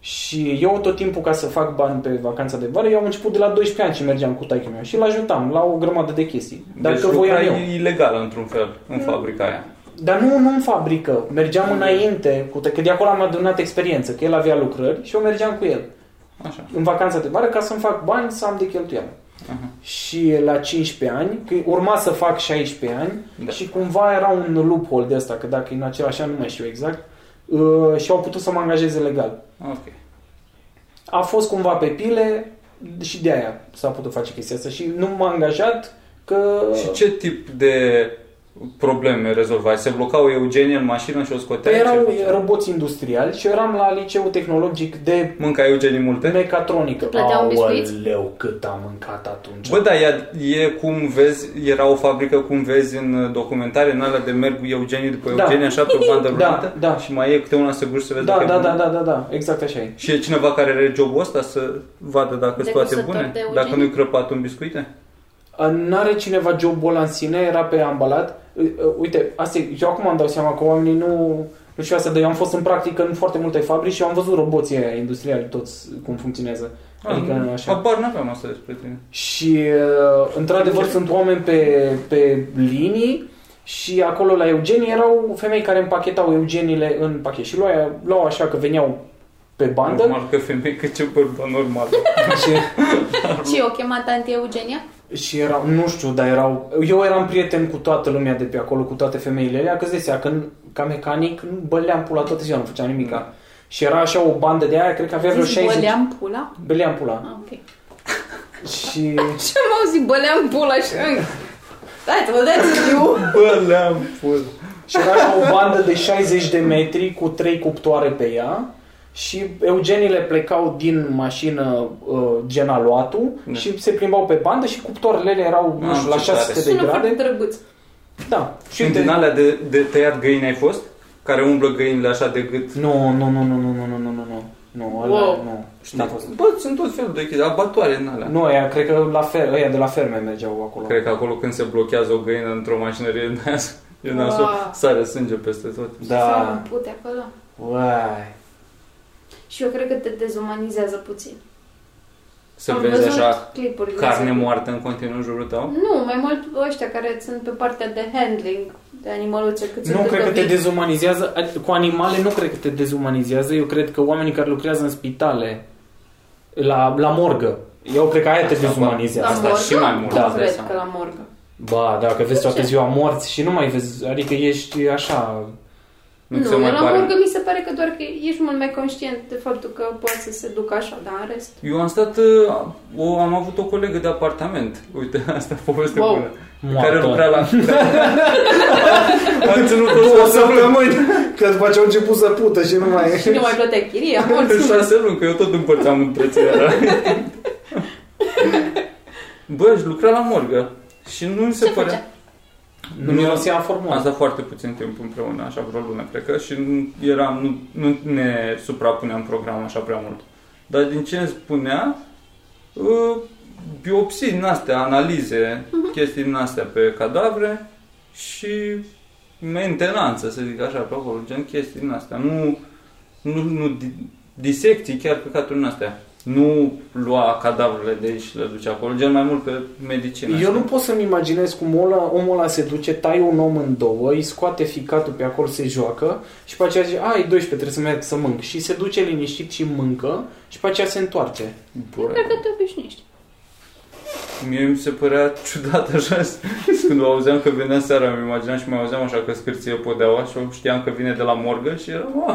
Speaker 5: Și eu tot timpul ca să fac bani pe vacanța de vară, eu am început de la 12 ani și mergeam cu taică meu și îl ajutam la o grămadă de chestii. Dar
Speaker 2: deci
Speaker 5: că voiam eu. Mm.
Speaker 2: lucrai ilegal într-un fel în fabrica aia.
Speaker 5: Dar nu, nu în fabrică,
Speaker 2: Mm.
Speaker 5: mergeam înainte, cu că de acolo am adunat experiență, că el avea lucrări și eu mergeam cu el
Speaker 2: Așa.
Speaker 5: în vacanța de vară ca să-mi fac bani să am de cheltuială. Și la 15 ani, că urma să fac 16 ani
Speaker 2: Da.
Speaker 5: și cumva era un loophole de asta, că dacă e în același an, nu mai știu exact, uh, și au putut să mă angajeze legal.
Speaker 2: Ok.
Speaker 5: A fost cumva pe pile și de aia s-a putut face chestia asta și nu m-a angajat că...
Speaker 2: Și ce tip de probleme rezolvai? Se bloca o Eugenie în mașină și o scoteai?
Speaker 5: Păi erau
Speaker 2: Ce-
Speaker 5: roboți industriali și eu eram la liceu tehnologic de
Speaker 2: Mâncai Eugenie multe?
Speaker 5: mecatronică.
Speaker 3: Plăteau biscuiți?
Speaker 5: Aoleu, cât am mâncat atunci.
Speaker 2: Bă, da, ea, e cum vezi, era o fabrică cum vezi în documentare, în alea de merg Eugenie după
Speaker 5: Da.
Speaker 2: Eugenie, așa, pe bandă
Speaker 5: Da,
Speaker 2: rulantă,
Speaker 5: da.
Speaker 2: și mai e câte una să guși să vezi
Speaker 5: da,
Speaker 2: dacă e
Speaker 5: da,
Speaker 2: bună.
Speaker 5: da, da, da, da, exact așa e.
Speaker 2: Și e cineva care are jobul ăsta să vadă dacă sunt toate
Speaker 3: Degustător
Speaker 2: bune?
Speaker 3: de Eugenie?
Speaker 2: Dacă nu-i crăpat un Ah, biscuite?
Speaker 5: A, Ă, N-are cineva jobul ăla în sine, era pe ambalat. Uh, uh, Uite, asta e, eu acum îmi dau seama că oamenii nu... Nu știu asta, dar eu am fost în practică în foarte multe fabrici și eu am văzut roboții aia industriali toți cum funcționează. Adică
Speaker 2: Ah,
Speaker 5: așa.
Speaker 2: Habar n-aveam asta despre tine.
Speaker 5: Și uh, într-adevăr sunt oameni pe, pe linii și acolo la Eugenie erau femei care împachetau Eugeniile în pachet și luau, luau așa că veneau pe bandă
Speaker 2: Normal că femei, că ce bărbat normal.
Speaker 5: și,
Speaker 3: Și eu chemat tanti Eugenia?
Speaker 5: și erau, nu știu, dar erau, eu eram prieten cu toată lumea de pe acolo, cu toate femeile alea, că îți dai seama că în- ca mecanic nu băleam pula toată ziua, nu făceam
Speaker 2: Mm.
Speaker 5: nimica. Și era așa o bandă de aia, cred că avea vreo
Speaker 3: Zici
Speaker 5: 60.
Speaker 3: băleam pula?
Speaker 5: Băleam pula.
Speaker 3: Ah, ok.
Speaker 5: Și
Speaker 6: Și am auzit, băleam pula și... That's all that's you.
Speaker 2: Bă, le-am pus.
Speaker 5: Și era așa o bandă de 60 de metri cu trei cuptoare pe ea Și eugenile plecau din mașină uh, gen aluatul
Speaker 2: Da.
Speaker 5: și se plimbau pe bandă și cuptoarele erau, nu
Speaker 2: Am
Speaker 5: știu, la
Speaker 2: ce
Speaker 5: 600 de
Speaker 6: Sună foarte
Speaker 5: grade.
Speaker 6: drăguț.
Speaker 5: Da. Și
Speaker 2: Și din
Speaker 5: uite,
Speaker 2: alea de, de tăiat găini ai fost? Care umblă găinile așa de gât?
Speaker 5: nu, nu, nu, nu, nu, nu, nu, nu, nu, nu, nu, ăla,
Speaker 6: Wow.
Speaker 5: nu.
Speaker 2: Știi? Bă, sunt tot felul de chestii, abatoare în alea.
Speaker 5: Nu, aia, cred că la fer, ăia de la ferme mergeau acolo.
Speaker 2: Cred că acolo când se blochează o găină într-o mașinărie e nasol,
Speaker 6: Wow.
Speaker 2: sare sânge peste tot.
Speaker 5: Da.
Speaker 3: Să pute acolo.
Speaker 5: Uai.
Speaker 3: Și eu cred că te dezumanizează puțin.
Speaker 2: Să
Speaker 3: Am
Speaker 2: vezi
Speaker 3: văzut
Speaker 2: așa
Speaker 3: clipurile
Speaker 2: carne
Speaker 3: astea.
Speaker 2: moartă în continuu în jurul tău?
Speaker 3: Nu, mai mult ăștia care sunt pe partea de handling, de animăluțe, cât
Speaker 5: Nu
Speaker 3: sunt
Speaker 5: cred că te
Speaker 3: vii.
Speaker 5: dezumanizează, adică cu animale nu cred că te dezumanizează, eu cred că oamenii care lucrează în spitale, la, la morgă, eu cred că aia te
Speaker 3: la
Speaker 5: dezumanizează.
Speaker 2: Asta
Speaker 3: morgă?
Speaker 2: și mai mult,
Speaker 3: Da,
Speaker 2: îți dai
Speaker 3: cred
Speaker 2: seama.
Speaker 3: că la morgă.
Speaker 5: Ba, dacă vezi toată
Speaker 3: Da. ce?
Speaker 5: ziua morți și nu mai vezi, adică ești așa...
Speaker 2: Nu, ți se
Speaker 3: nu
Speaker 2: mai
Speaker 3: la
Speaker 2: pare.
Speaker 3: morgă mi se pare că doar că ești mult mai conștient de faptul că poate să se ducă așa, dar în rest...
Speaker 2: Eu am stat, uh, o, am avut o colegă de apartament, uite, asta a poveste
Speaker 3: Wow.
Speaker 2: bună,
Speaker 5: Moartă.
Speaker 2: care lucra la... am ținut-o
Speaker 5: Două
Speaker 2: șase luni,
Speaker 5: că după ce au început să pută și nu mai
Speaker 3: Și nu mai plăteai chiria, mulți.
Speaker 2: șase luni, că eu tot împărțeam întreținerea. Bă, își lucra la morgă și nu mi se
Speaker 3: Ce
Speaker 2: părea...
Speaker 3: făcea?
Speaker 5: Nu mirosea
Speaker 2: Am
Speaker 5: frumos.
Speaker 2: stat foarte puțin timp împreună, așa vreo lună, cred că, și nu, eram, nu, nu ne suprapuneam programul așa prea mult. Dar din ce îmi spunea, ă, biopsii din astea, analize,
Speaker 3: Mhm.
Speaker 2: chestii din astea pe cadavre și mentenanță, să zic așa, pe acolo, gen chestii din astea. Nu, nu, nu di- disecții chiar căcaturi din astea. Nu lua cadavrele de aici și le duce acolo, gen mai mult pe medicină.
Speaker 5: Eu
Speaker 2: știi?
Speaker 5: nu pot să-mi imaginez cum ăla, omul ăla se duce, taie un om în două, îi scoate ficatul pe acolo, se joacă și pe aceea zice, ai 12, trebuie să merg să mânc. Și se duce liniștit și mâncă și pe aceea se întoarce.
Speaker 3: Eu
Speaker 2: Bă.
Speaker 3: cred că te obișnuiești.
Speaker 2: Mie mi se părea ciudat așa Când o auzeam că venea seara Îmi imaginam și mai auzeam așa că scârție podeaua Și eu știam că vine de la morgă Și eram "A,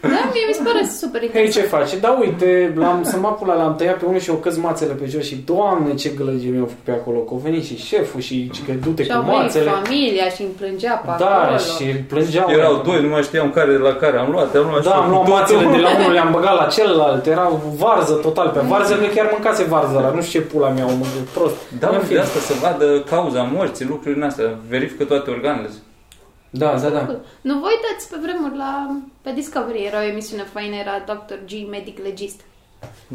Speaker 3: Da, mie mi se pare super
Speaker 5: Hei, ce
Speaker 3: interesant.
Speaker 5: faci? Da, uite, l-am sămacul ăla, l-am tăiat pe unul și au căzut mațele pe jos și, doamne, ce gălăgie mi-au făcut pe acolo, că au venit și șeful și zice că du-te
Speaker 3: Și
Speaker 5: cu
Speaker 3: au venit
Speaker 5: mațele.
Speaker 3: familia și îmi plângea pe
Speaker 5: Da,
Speaker 3: acolo.
Speaker 5: și plângeau.
Speaker 2: Erau doi, nu mai știam care la care am luat Am luat
Speaker 5: Da,
Speaker 2: și
Speaker 5: am luat
Speaker 2: toți.
Speaker 5: mațele de la unul, le-am băgat la celălalt, era varză total pe varză, noi chiar mâncase varză la nu știu ce pula mea, omul de prost.
Speaker 2: Da,
Speaker 5: În
Speaker 2: mă, de
Speaker 5: fine.
Speaker 2: asta să vadă cauza morții, lucrurile astea Verifică toate organele
Speaker 5: da, da, da.
Speaker 3: Nu vă uitați pe vremuri la... Pe Discovery era o emisiune faină, era Dr. G, medic legist.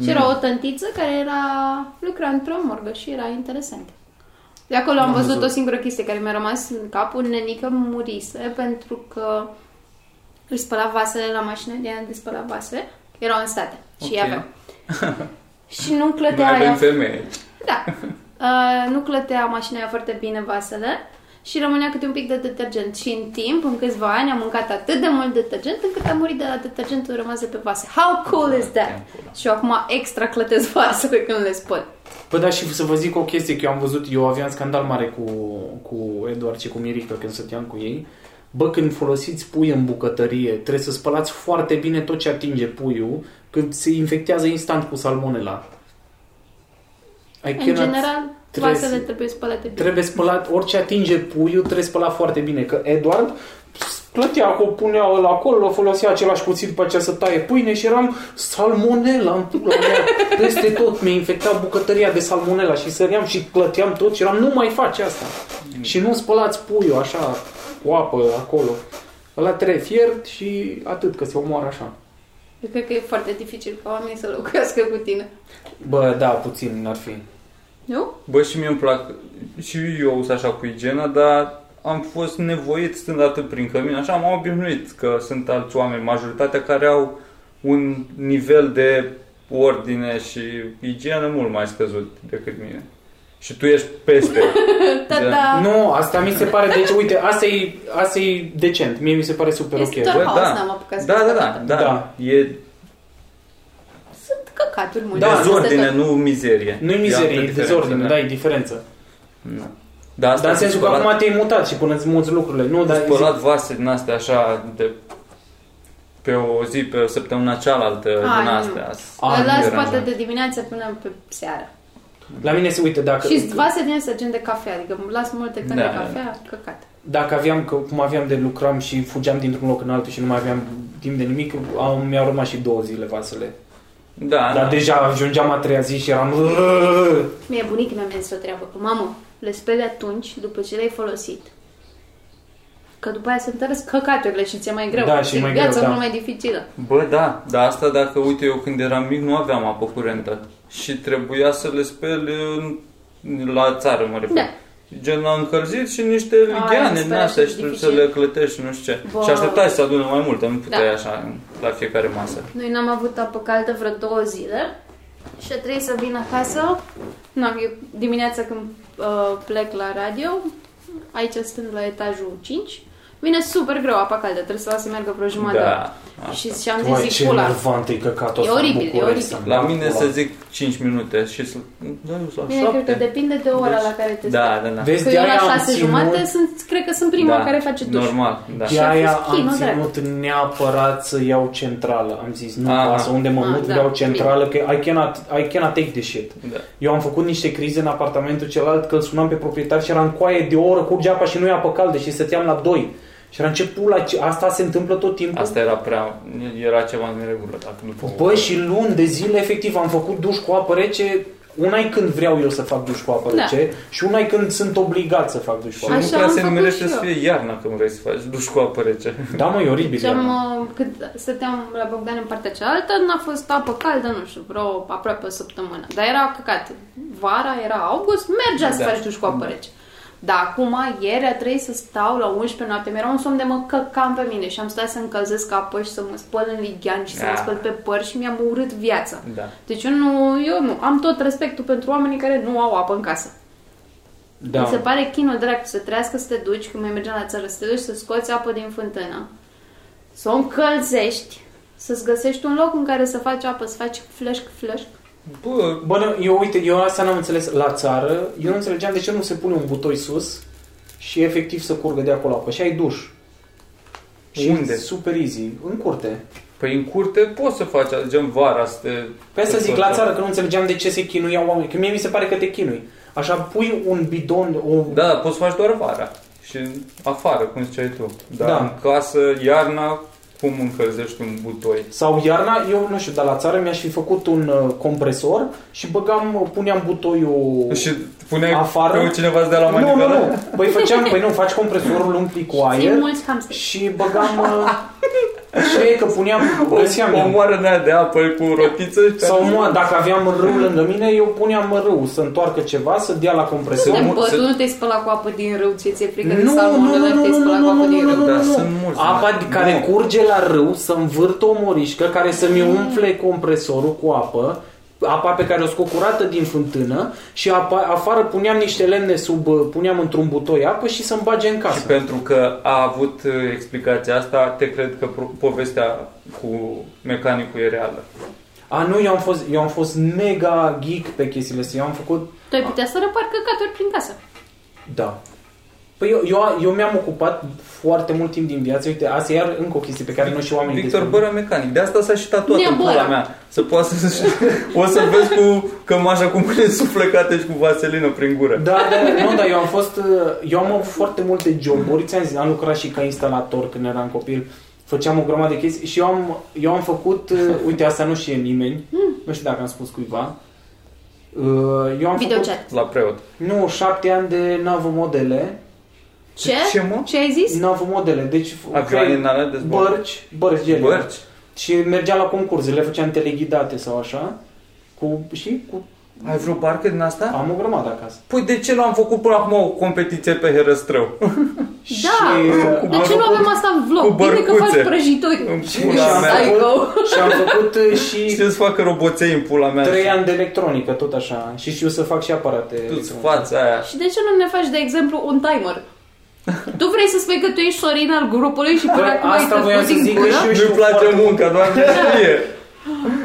Speaker 3: Și era o tântiță care era lucra într-o morgă și era interesant. De acolo am văzut o singură chestie care mi-a rămas în cap. Un nenică murise pentru că își spăla vasele la mașină de aia de spăla vasele. Erau în state și
Speaker 2: Ok.
Speaker 3: okay. avea. și nu
Speaker 2: Noi
Speaker 3: clătea
Speaker 2: avem
Speaker 3: aia
Speaker 2: femeie
Speaker 3: da. Uh, nu clătea mașina aia foarte bine vasele și rămânea câte un pic de detergent. Și în timp, în câțiva ani, am mâncat atât de mult detergent încât am murit de la detergentul rămas de pe vase. How cool is that? Și eu acum extra clătesc vasele când le spăl.
Speaker 5: Păi da, și să vă zic o chestie, că eu am văzut, eu aveam scandal mare cu, cu Eduard și cu Mirica când stăteam cu ei. Bă, când folosiți pui în bucătărie, trebuie să spălați foarte bine tot ce atinge puiul, că se infectează instant cu salmonela. I
Speaker 3: În
Speaker 5: cannot-
Speaker 3: general,
Speaker 5: trebuie
Speaker 3: vasele
Speaker 5: să-
Speaker 3: trebuie spălate bine.
Speaker 5: Trebuie spălat, orice atinge puiul trebuie spălat foarte bine, că Eduard plătea, o punea ăla acolo, folosea același cuțit după aceea să taie pâine și eram salmonela în pula mea. Peste tot mi-a infectat bucătăria de salmonela și săream și plăteam tot și eram, nu mai faci asta. Și nu spălați puiul așa cu apă acolo. Ăla trebuie fiert și atât, că se omoară așa.
Speaker 3: Eu cred că e foarte dificil ca oamenii să locuiască cu tine.
Speaker 5: Bă, da, puțin ar fi.
Speaker 3: Nu?
Speaker 2: Bă, și mie îmi plac Și eu sunt așa cu igiena Dar am fost nevoit stând atât prin cămin Așa m-am obișnuit că sunt alți oameni Majoritatea care au un nivel de ordine și igienă mult mai scăzut decât mine. Și tu ești peste.
Speaker 3: Da,
Speaker 2: Gen,
Speaker 3: da.
Speaker 5: Nu, asta mi se pare, deci, uite, asta e, asta e decent. Mie mi se pare super
Speaker 3: Este
Speaker 5: ok.
Speaker 3: doar
Speaker 2: Bă,
Speaker 3: haos,
Speaker 2: da.
Speaker 3: n-am apucat să
Speaker 2: Da, da,
Speaker 3: fac
Speaker 2: da,
Speaker 3: asta.
Speaker 2: da,
Speaker 5: Da.
Speaker 2: E
Speaker 3: Sunt căcaturi multe.
Speaker 5: Da,
Speaker 2: da,
Speaker 3: peste
Speaker 2: dezordine,
Speaker 3: tot.
Speaker 2: nu mizerie.
Speaker 5: Nu-i
Speaker 2: E
Speaker 5: mizerie,
Speaker 2: altă
Speaker 5: e dezordine,
Speaker 2: diferență,
Speaker 5: da, e diferență.
Speaker 2: Nu. Da, asta
Speaker 5: Dar în sensul că acum te-ai mutat și până îți muți lucrurile. Nu, dar
Speaker 2: Ai spălat vase din astea așa de pe o zi, pe săptămâna cealaltă
Speaker 3: Ai,
Speaker 2: din
Speaker 3: Ah, nu.
Speaker 2: astea.
Speaker 5: A,
Speaker 3: Îl
Speaker 5: nu
Speaker 3: las
Speaker 2: era
Speaker 3: poate
Speaker 2: așa.
Speaker 3: de dimineață până pe seară.
Speaker 5: la mine se uite, dacă,
Speaker 3: Și vase din asta gen de cafea, adică îmi las multe când
Speaker 2: Da,
Speaker 3: da,
Speaker 2: da,
Speaker 3: de cafea, căcat.
Speaker 5: dacă aveam, că, cum aveam de lucram și fugeam dintr-un loc în altul și nu mai aveam timp de nimic, am, mi-au rămas și două zile vasele.
Speaker 2: Da,
Speaker 5: Dar
Speaker 2: da.
Speaker 5: deja ajungeam a treia zi și eram...
Speaker 3: Mie bunica mi-a zis o treabă, că mamă, le speli atunci după ce le-ai folosit. Că după aia se întăresc căcaturile și ți-e mai greu.
Speaker 5: Da, și e mai greu,
Speaker 3: Viața
Speaker 5: da.
Speaker 3: mult mai dificilă.
Speaker 2: Bă, da, dar asta dacă, uite, eu când eram mic nu aveam apă curentă și trebuia să le speli în, la țară, mă refer.
Speaker 3: Da.
Speaker 2: Gen la încălzit și niște
Speaker 3: Ai,
Speaker 2: ligheane din
Speaker 3: spera
Speaker 2: astea
Speaker 3: și
Speaker 2: și trebuie să
Speaker 3: dificil.
Speaker 2: le clătești și nu știu ce.
Speaker 3: Bă.
Speaker 2: Și așteptai să adună mai multă, nu puteai
Speaker 3: Da.
Speaker 2: așa la fiecare masă.
Speaker 3: Noi n-am avut apă caldă vreo două zile și a trebuit să vin acasă. Nu, eu dimineața când uh, plec la radio, aici stând la etajul 5, vine super greu apa caldă, trebuie să o să meargă vreo jumătate.
Speaker 2: Da.
Speaker 3: Și și-am zis,
Speaker 5: Uai,
Speaker 3: zic,
Speaker 5: ce
Speaker 3: pula.
Speaker 5: nervant e căcatul
Speaker 3: E
Speaker 5: ăsta în
Speaker 3: oribil, e
Speaker 5: București,
Speaker 3: oribil.
Speaker 5: să-mi
Speaker 2: La
Speaker 5: bag
Speaker 2: mine
Speaker 5: pula.
Speaker 2: să zic 5 minute și să... Da, eu sunt la
Speaker 3: Bine, cred că
Speaker 2: 7.
Speaker 3: depinde de ora la care te
Speaker 2: Da, da, da.
Speaker 5: Vezi,
Speaker 3: Că
Speaker 5: de
Speaker 3: eu la
Speaker 5: aia am
Speaker 3: șase jumate
Speaker 5: ținut,
Speaker 3: sunt, cred că sunt prima
Speaker 2: da,
Speaker 3: care face duș.
Speaker 2: Normal, da.
Speaker 5: de
Speaker 3: a
Speaker 5: aia
Speaker 3: fost chin,
Speaker 5: am
Speaker 3: nu drept.
Speaker 5: ținut neapărat să iau centrală. Am zis, nu,
Speaker 2: Aha.
Speaker 5: lasă, unde mă
Speaker 3: Ah,
Speaker 5: mut,
Speaker 3: da,
Speaker 5: vreau centrală, că I cannot, I cannot take this shit.
Speaker 2: Da.
Speaker 5: Eu am făcut niște crize în apartamentul celălalt că îl sunam pe proprietar și eram coaie de o oră, curge apa și nu e apă caldă și stăteam la doi. Și era ce pula, ce- asta se întâmplă tot timpul.
Speaker 2: Asta era prea... Era ceva în regulă, dacă nu pot.
Speaker 5: Bă, și luni de zile, efectiv, am făcut duș cu apă rece una e când vreau eu să fac duș cu apă
Speaker 3: Da.
Speaker 5: rece și una e când sunt obligat să fac duș cu
Speaker 2: Și
Speaker 5: apă
Speaker 3: Așa
Speaker 2: nu prea
Speaker 3: am
Speaker 2: se
Speaker 3: făcut
Speaker 2: numerește
Speaker 3: și
Speaker 2: să
Speaker 3: eu.
Speaker 2: fie iarna când vrei să faci duș cu apă rece.
Speaker 5: Da, mă, e oribil.
Speaker 3: Și am,
Speaker 5: iarna.
Speaker 3: uh, cât stăteam la Bogdan în partea cealaltă, n-a fost apă caldă, nu știu, vreo aproape o săptămână. Dar era căcat. Vara, era august, mergea să
Speaker 2: Da.
Speaker 3: faci duș cu apă rece. Dar acum, ieri, a trebuit să stau la 11 noapte. Mi-era un somn de mă căcam pe mine și am stat să încălzesc apă și să mă spăl în lighean și să mă
Speaker 2: Da.
Speaker 3: spăl pe păr și mi-am urât viața.
Speaker 2: Da.
Speaker 3: Deci eu nu, eu nu, am tot respectul pentru oamenii care nu au apă în casă. Da. Mi se pare chinul dracu să trească să te duci, când mai mergeam la țară, să te duci să scoți apă din fântână, să o încălzești, să-ți găsești un loc în care să faci apă, să faci flășc, flășc.
Speaker 2: Bă,
Speaker 5: Bă, nu, eu uite, eu asta n-am înțeles la țară, eu nu înțelegeam de ce nu se pune un butoi sus și efectiv să curgă de acolo apă și ai duș. Și
Speaker 2: Unde?
Speaker 5: e super easy, în curte.
Speaker 2: păi în curte poți să faci, gen vara să te...
Speaker 5: Pe asta Păi zic la țară că nu înțelegeam de ce se chinuiau oamenii, că mie mi se pare că te chinui. Așa pui un bidon, o...
Speaker 2: Da, da, poți să faci doar vara. Și afară, cum ziceai tu. Dar
Speaker 5: Da.
Speaker 2: da. în casă, iarna, cum încălzești un butoi?
Speaker 5: sau iarna, eu nu știu, dar la țară mi-aș fi făcut un uh, compresor și băgam, uh, puneam butoiul...
Speaker 2: Și puneai
Speaker 5: Afară?
Speaker 2: pe cineva să dea la
Speaker 5: nu, nu,
Speaker 2: manivelă?
Speaker 5: nu. Păi făceam, păi nu, faci compresorul, umpli cu
Speaker 3: Ții
Speaker 5: aer
Speaker 3: mulți hamster.
Speaker 5: și băgam... uh, Și că puneam, găseam
Speaker 2: O
Speaker 5: eu.
Speaker 2: moară de aia de apă cu rotiță și
Speaker 5: Sau mă, dacă aveam râu lângă mine, eu puneam râu să întoarcă ceva, să dea la compresor.
Speaker 2: Să
Speaker 3: Te
Speaker 2: mult-
Speaker 3: bă,
Speaker 2: se-
Speaker 3: tu nu te-ai spălat cu apă din râu, ție ți-e frică
Speaker 5: Nu,
Speaker 3: de
Speaker 5: nu, nu,
Speaker 3: salmonelă,
Speaker 5: nu,
Speaker 3: te-ai
Speaker 5: nu,
Speaker 3: spălat cu
Speaker 5: nu,
Speaker 3: apă
Speaker 5: nu,
Speaker 3: din
Speaker 5: nu,
Speaker 3: râu.
Speaker 5: nu,
Speaker 2: Dar
Speaker 5: nu,
Speaker 2: sunt mulți,
Speaker 5: Apa
Speaker 2: da.
Speaker 5: care
Speaker 2: Nu.
Speaker 5: curge la râu să învârtă o morișcă care să-mi
Speaker 3: Mm.
Speaker 5: umfle compresorul cu apă, apa pe care o scot curată din fântână și apa, afară puneam niște lemne sub, uh, puneam într-un butoi apă și să-mi bage în
Speaker 2: Și
Speaker 5: casă.
Speaker 2: pentru că a avut uh, explicația asta, te cred că pro- povestea cu mecanicul e reală.
Speaker 5: A, nu, eu am fost, eu am fost mega geek pe chestiile astea. Eu am făcut
Speaker 3: Tu ai putea să răpari căcaturi prin casă.
Speaker 5: Da. Păi eu, eu, eu mi-am ocupat foarte mult timp din viață. Uite, asta e iar încă o chestie pe care nu știu oamenii
Speaker 2: Victor
Speaker 5: despre-
Speaker 2: Bără mecanic. De asta s-a și tatuat
Speaker 3: Nea
Speaker 2: în pula
Speaker 3: Bără.
Speaker 2: mea. Să poată să O să vezi cu cămașa cu mâine suflecate și cu vaselină prin gură.
Speaker 5: Da, da, nu, dar eu am fost, uh, eu am avut foarte multe joburi, ți-am zis, am lucrat și ca instalator când eram copil, făceam o grămadă de chestii și eu am, eu am făcut, uh, uite, asta nu știe nimeni, nu știu dacă am spus cuiva, Uh, eu am făcut,
Speaker 3: Videochat.
Speaker 2: La preot.
Speaker 5: nu, șapte ani de navă modele,
Speaker 3: Ce?
Speaker 2: Ce, mă?
Speaker 3: Ce ai zis?
Speaker 5: navă modele, deci
Speaker 2: Avioane în alea de zbor.
Speaker 5: bărci, bărci, ele.
Speaker 2: Bărci?
Speaker 5: Și mergea la concurs, le făceam teleghidate sau așa. Cu, și cu,
Speaker 2: Ai vreo barcă din asta?
Speaker 5: am o grămadă acasă.
Speaker 2: Păi de ce nu am făcut până acum o competiție pe herăstrău?
Speaker 3: Da.
Speaker 5: Și, uh,
Speaker 3: De ce nu avem asta în
Speaker 2: cu
Speaker 3: vlog? Bine că
Speaker 2: bărcuțe.
Speaker 3: faci prăjituri.
Speaker 2: În
Speaker 5: și,
Speaker 2: pula
Speaker 5: am
Speaker 2: mea.
Speaker 5: făcut, și am făcut uh, și
Speaker 2: Știu să facă roboței în pula mea.
Speaker 5: trei
Speaker 2: și
Speaker 5: ani de electronică, tot așa. Și știu să fac și aparate
Speaker 2: Tu-ți
Speaker 5: electronice.
Speaker 2: fața aia.
Speaker 3: Și de ce nu ne faci, de exemplu, un timer? Tu vrei să spui că tu ești Sorin al grupului și până
Speaker 5: Păi,
Speaker 3: acum ai
Speaker 5: asta
Speaker 3: crescut
Speaker 5: voiam să
Speaker 3: din
Speaker 5: zic că
Speaker 3: gură?
Speaker 5: și eu știu
Speaker 2: Nu-i place
Speaker 5: foarte
Speaker 2: munca, doar de știe.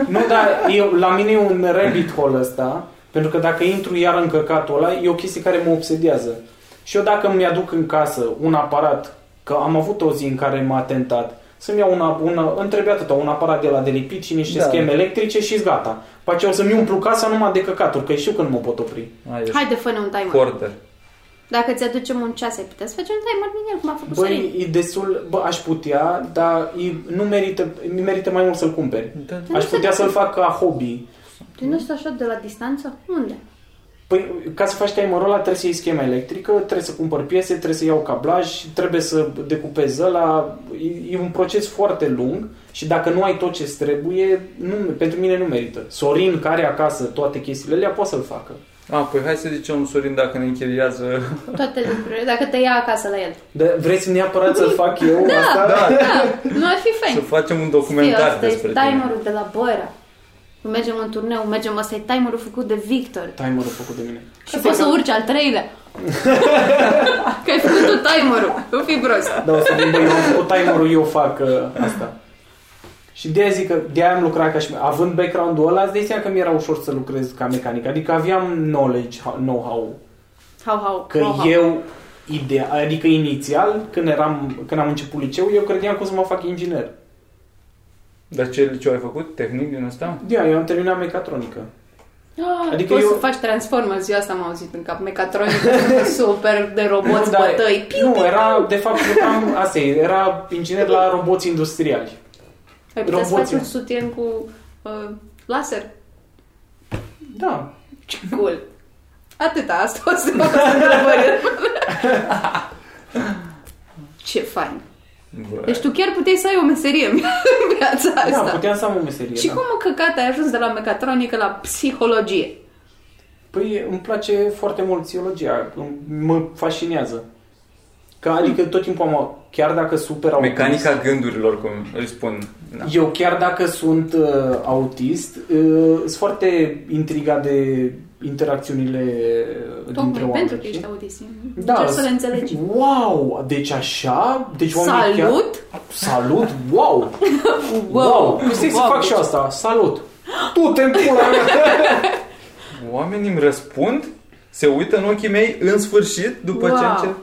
Speaker 5: Nu, dar eu, la mine e un rabbit hole ăsta, pentru că dacă intru iar în căcatul ăla, e o chestie care mă obsedează. Și eu dacă îmi aduc în casă un aparat, că am avut o zi în care m-a tentat, să-mi iau una, una, îmi trebuie atâta, un aparat de la de lipit și niște
Speaker 2: Da.
Speaker 5: da. scheme electrice și gata. După aceea o să-mi umplu casa numai de căcaturi, că știu că nu mă pot opri.
Speaker 2: Hai, ești
Speaker 3: Haide, fă-ne un timer.
Speaker 2: Porter.
Speaker 3: Dacă ți-aducem un ceas, ai putea să facem timer din el, cum a făcut Sorin.
Speaker 5: Băi, e destul, bă, aș putea, dar e, nu merită, merită mai mult să-l cumperi.
Speaker 2: Da.
Speaker 5: Aș putea să-l fac ca hobby.
Speaker 3: Tu nu stai așa de la distanță? Unde?
Speaker 5: Păi, ca să faci timerul ăla trebuie să iei schema electrică, trebuie să cumpăr piese, trebuie să iau cablaj, trebuie să decupezi ăla. E, e un proces foarte lung și dacă nu ai tot ce trebuie, nu, pentru mine nu merită. Sorin, care are acasă toate chestiile alea, poate să-l facă.
Speaker 2: A, păi hai să zicem Sorin dacă ne închiriază.
Speaker 3: Toate lucrurile, dacă te ia acasă la el.
Speaker 5: Dar vreți neapărat să-l fac eu da. asta?
Speaker 2: Da,
Speaker 3: Da, nu ar fi
Speaker 2: să
Speaker 3: fain.
Speaker 2: facem un
Speaker 3: Știi,
Speaker 2: documentar
Speaker 3: asta e
Speaker 2: despre tine.
Speaker 3: timerul de la Boera. Când mergem în turneu, mergem, asta e timerul făcut de Victor.
Speaker 5: Timerul făcut de mine.
Speaker 3: Și poți să urci al treilea. că ai făcut tu timerul. Nu fi prost.
Speaker 5: Da, o să zic, bă, eu am făcut timerul, eu fac uh, asta. Și de aia zic că de aia am lucrat ca și având background-ul ăla, îți dai seama că mi era ușor să lucrez ca mecanic. Adică aveam knowledge, know-how.
Speaker 3: Hau, hau.
Speaker 5: Că
Speaker 3: hau, hau.
Speaker 5: eu, idea, adică inițial, când, eram, când am început liceu, eu credeam că o să mă fac inginer.
Speaker 2: Dar ce liceu ai făcut? Tehnic din asta?
Speaker 5: Da, eu am terminat mecatronică.
Speaker 3: Ah,
Speaker 5: Adică
Speaker 3: adică poți
Speaker 5: eu-
Speaker 3: eu... să faci Transformers, eu asta am auzit în cap, mecatronică, super de roboți
Speaker 5: Nu, dar-
Speaker 3: bătăi. Piu,
Speaker 5: nu,
Speaker 3: piu.
Speaker 5: era, de fapt, lucram, asta e, era inginer la roboți industriali.
Speaker 3: Ai putea să faci
Speaker 5: roboții.
Speaker 3: un sutien cu uh, laser?
Speaker 5: Da,
Speaker 3: Cool. Atâta, asta o să mă întrebări. Ce fain.
Speaker 2: Bă.
Speaker 3: Deci tu chiar puteai să ai o meserie în viața asta.
Speaker 5: da, puteam să am o meserie.
Speaker 3: Și
Speaker 5: da.
Speaker 3: cum în căcat ai ajuns de la mecatronică la psihologie?
Speaker 5: Păi îmi place foarte mult psihologia, îmi- mă fascinează. Că adică tot timpul am, chiar dacă super autist,
Speaker 2: Mecanica gândurilor, cum îi spun. Da.
Speaker 5: eu chiar dacă sunt uh, autist, uh, sunt foarte intrigat de interacțiunile uh, dintre
Speaker 3: Tocmai
Speaker 5: oameni.
Speaker 3: pentru că
Speaker 5: știi?
Speaker 3: ești autist. Da,
Speaker 5: da,
Speaker 3: Încerc să le
Speaker 5: s-
Speaker 3: înțelegi.
Speaker 5: Wow, deci așa, deci oamenii
Speaker 3: Salut!
Speaker 5: Chiar... Salut, wow!
Speaker 3: Wow!
Speaker 5: Păi stai să
Speaker 3: Wow,
Speaker 5: fac și
Speaker 3: deci-
Speaker 5: asta, salut! Tu te pula mea!
Speaker 2: Oamenii îmi răspund, se uită în ochii mei în sfârșit, după ce
Speaker 3: Wow.
Speaker 2: încep.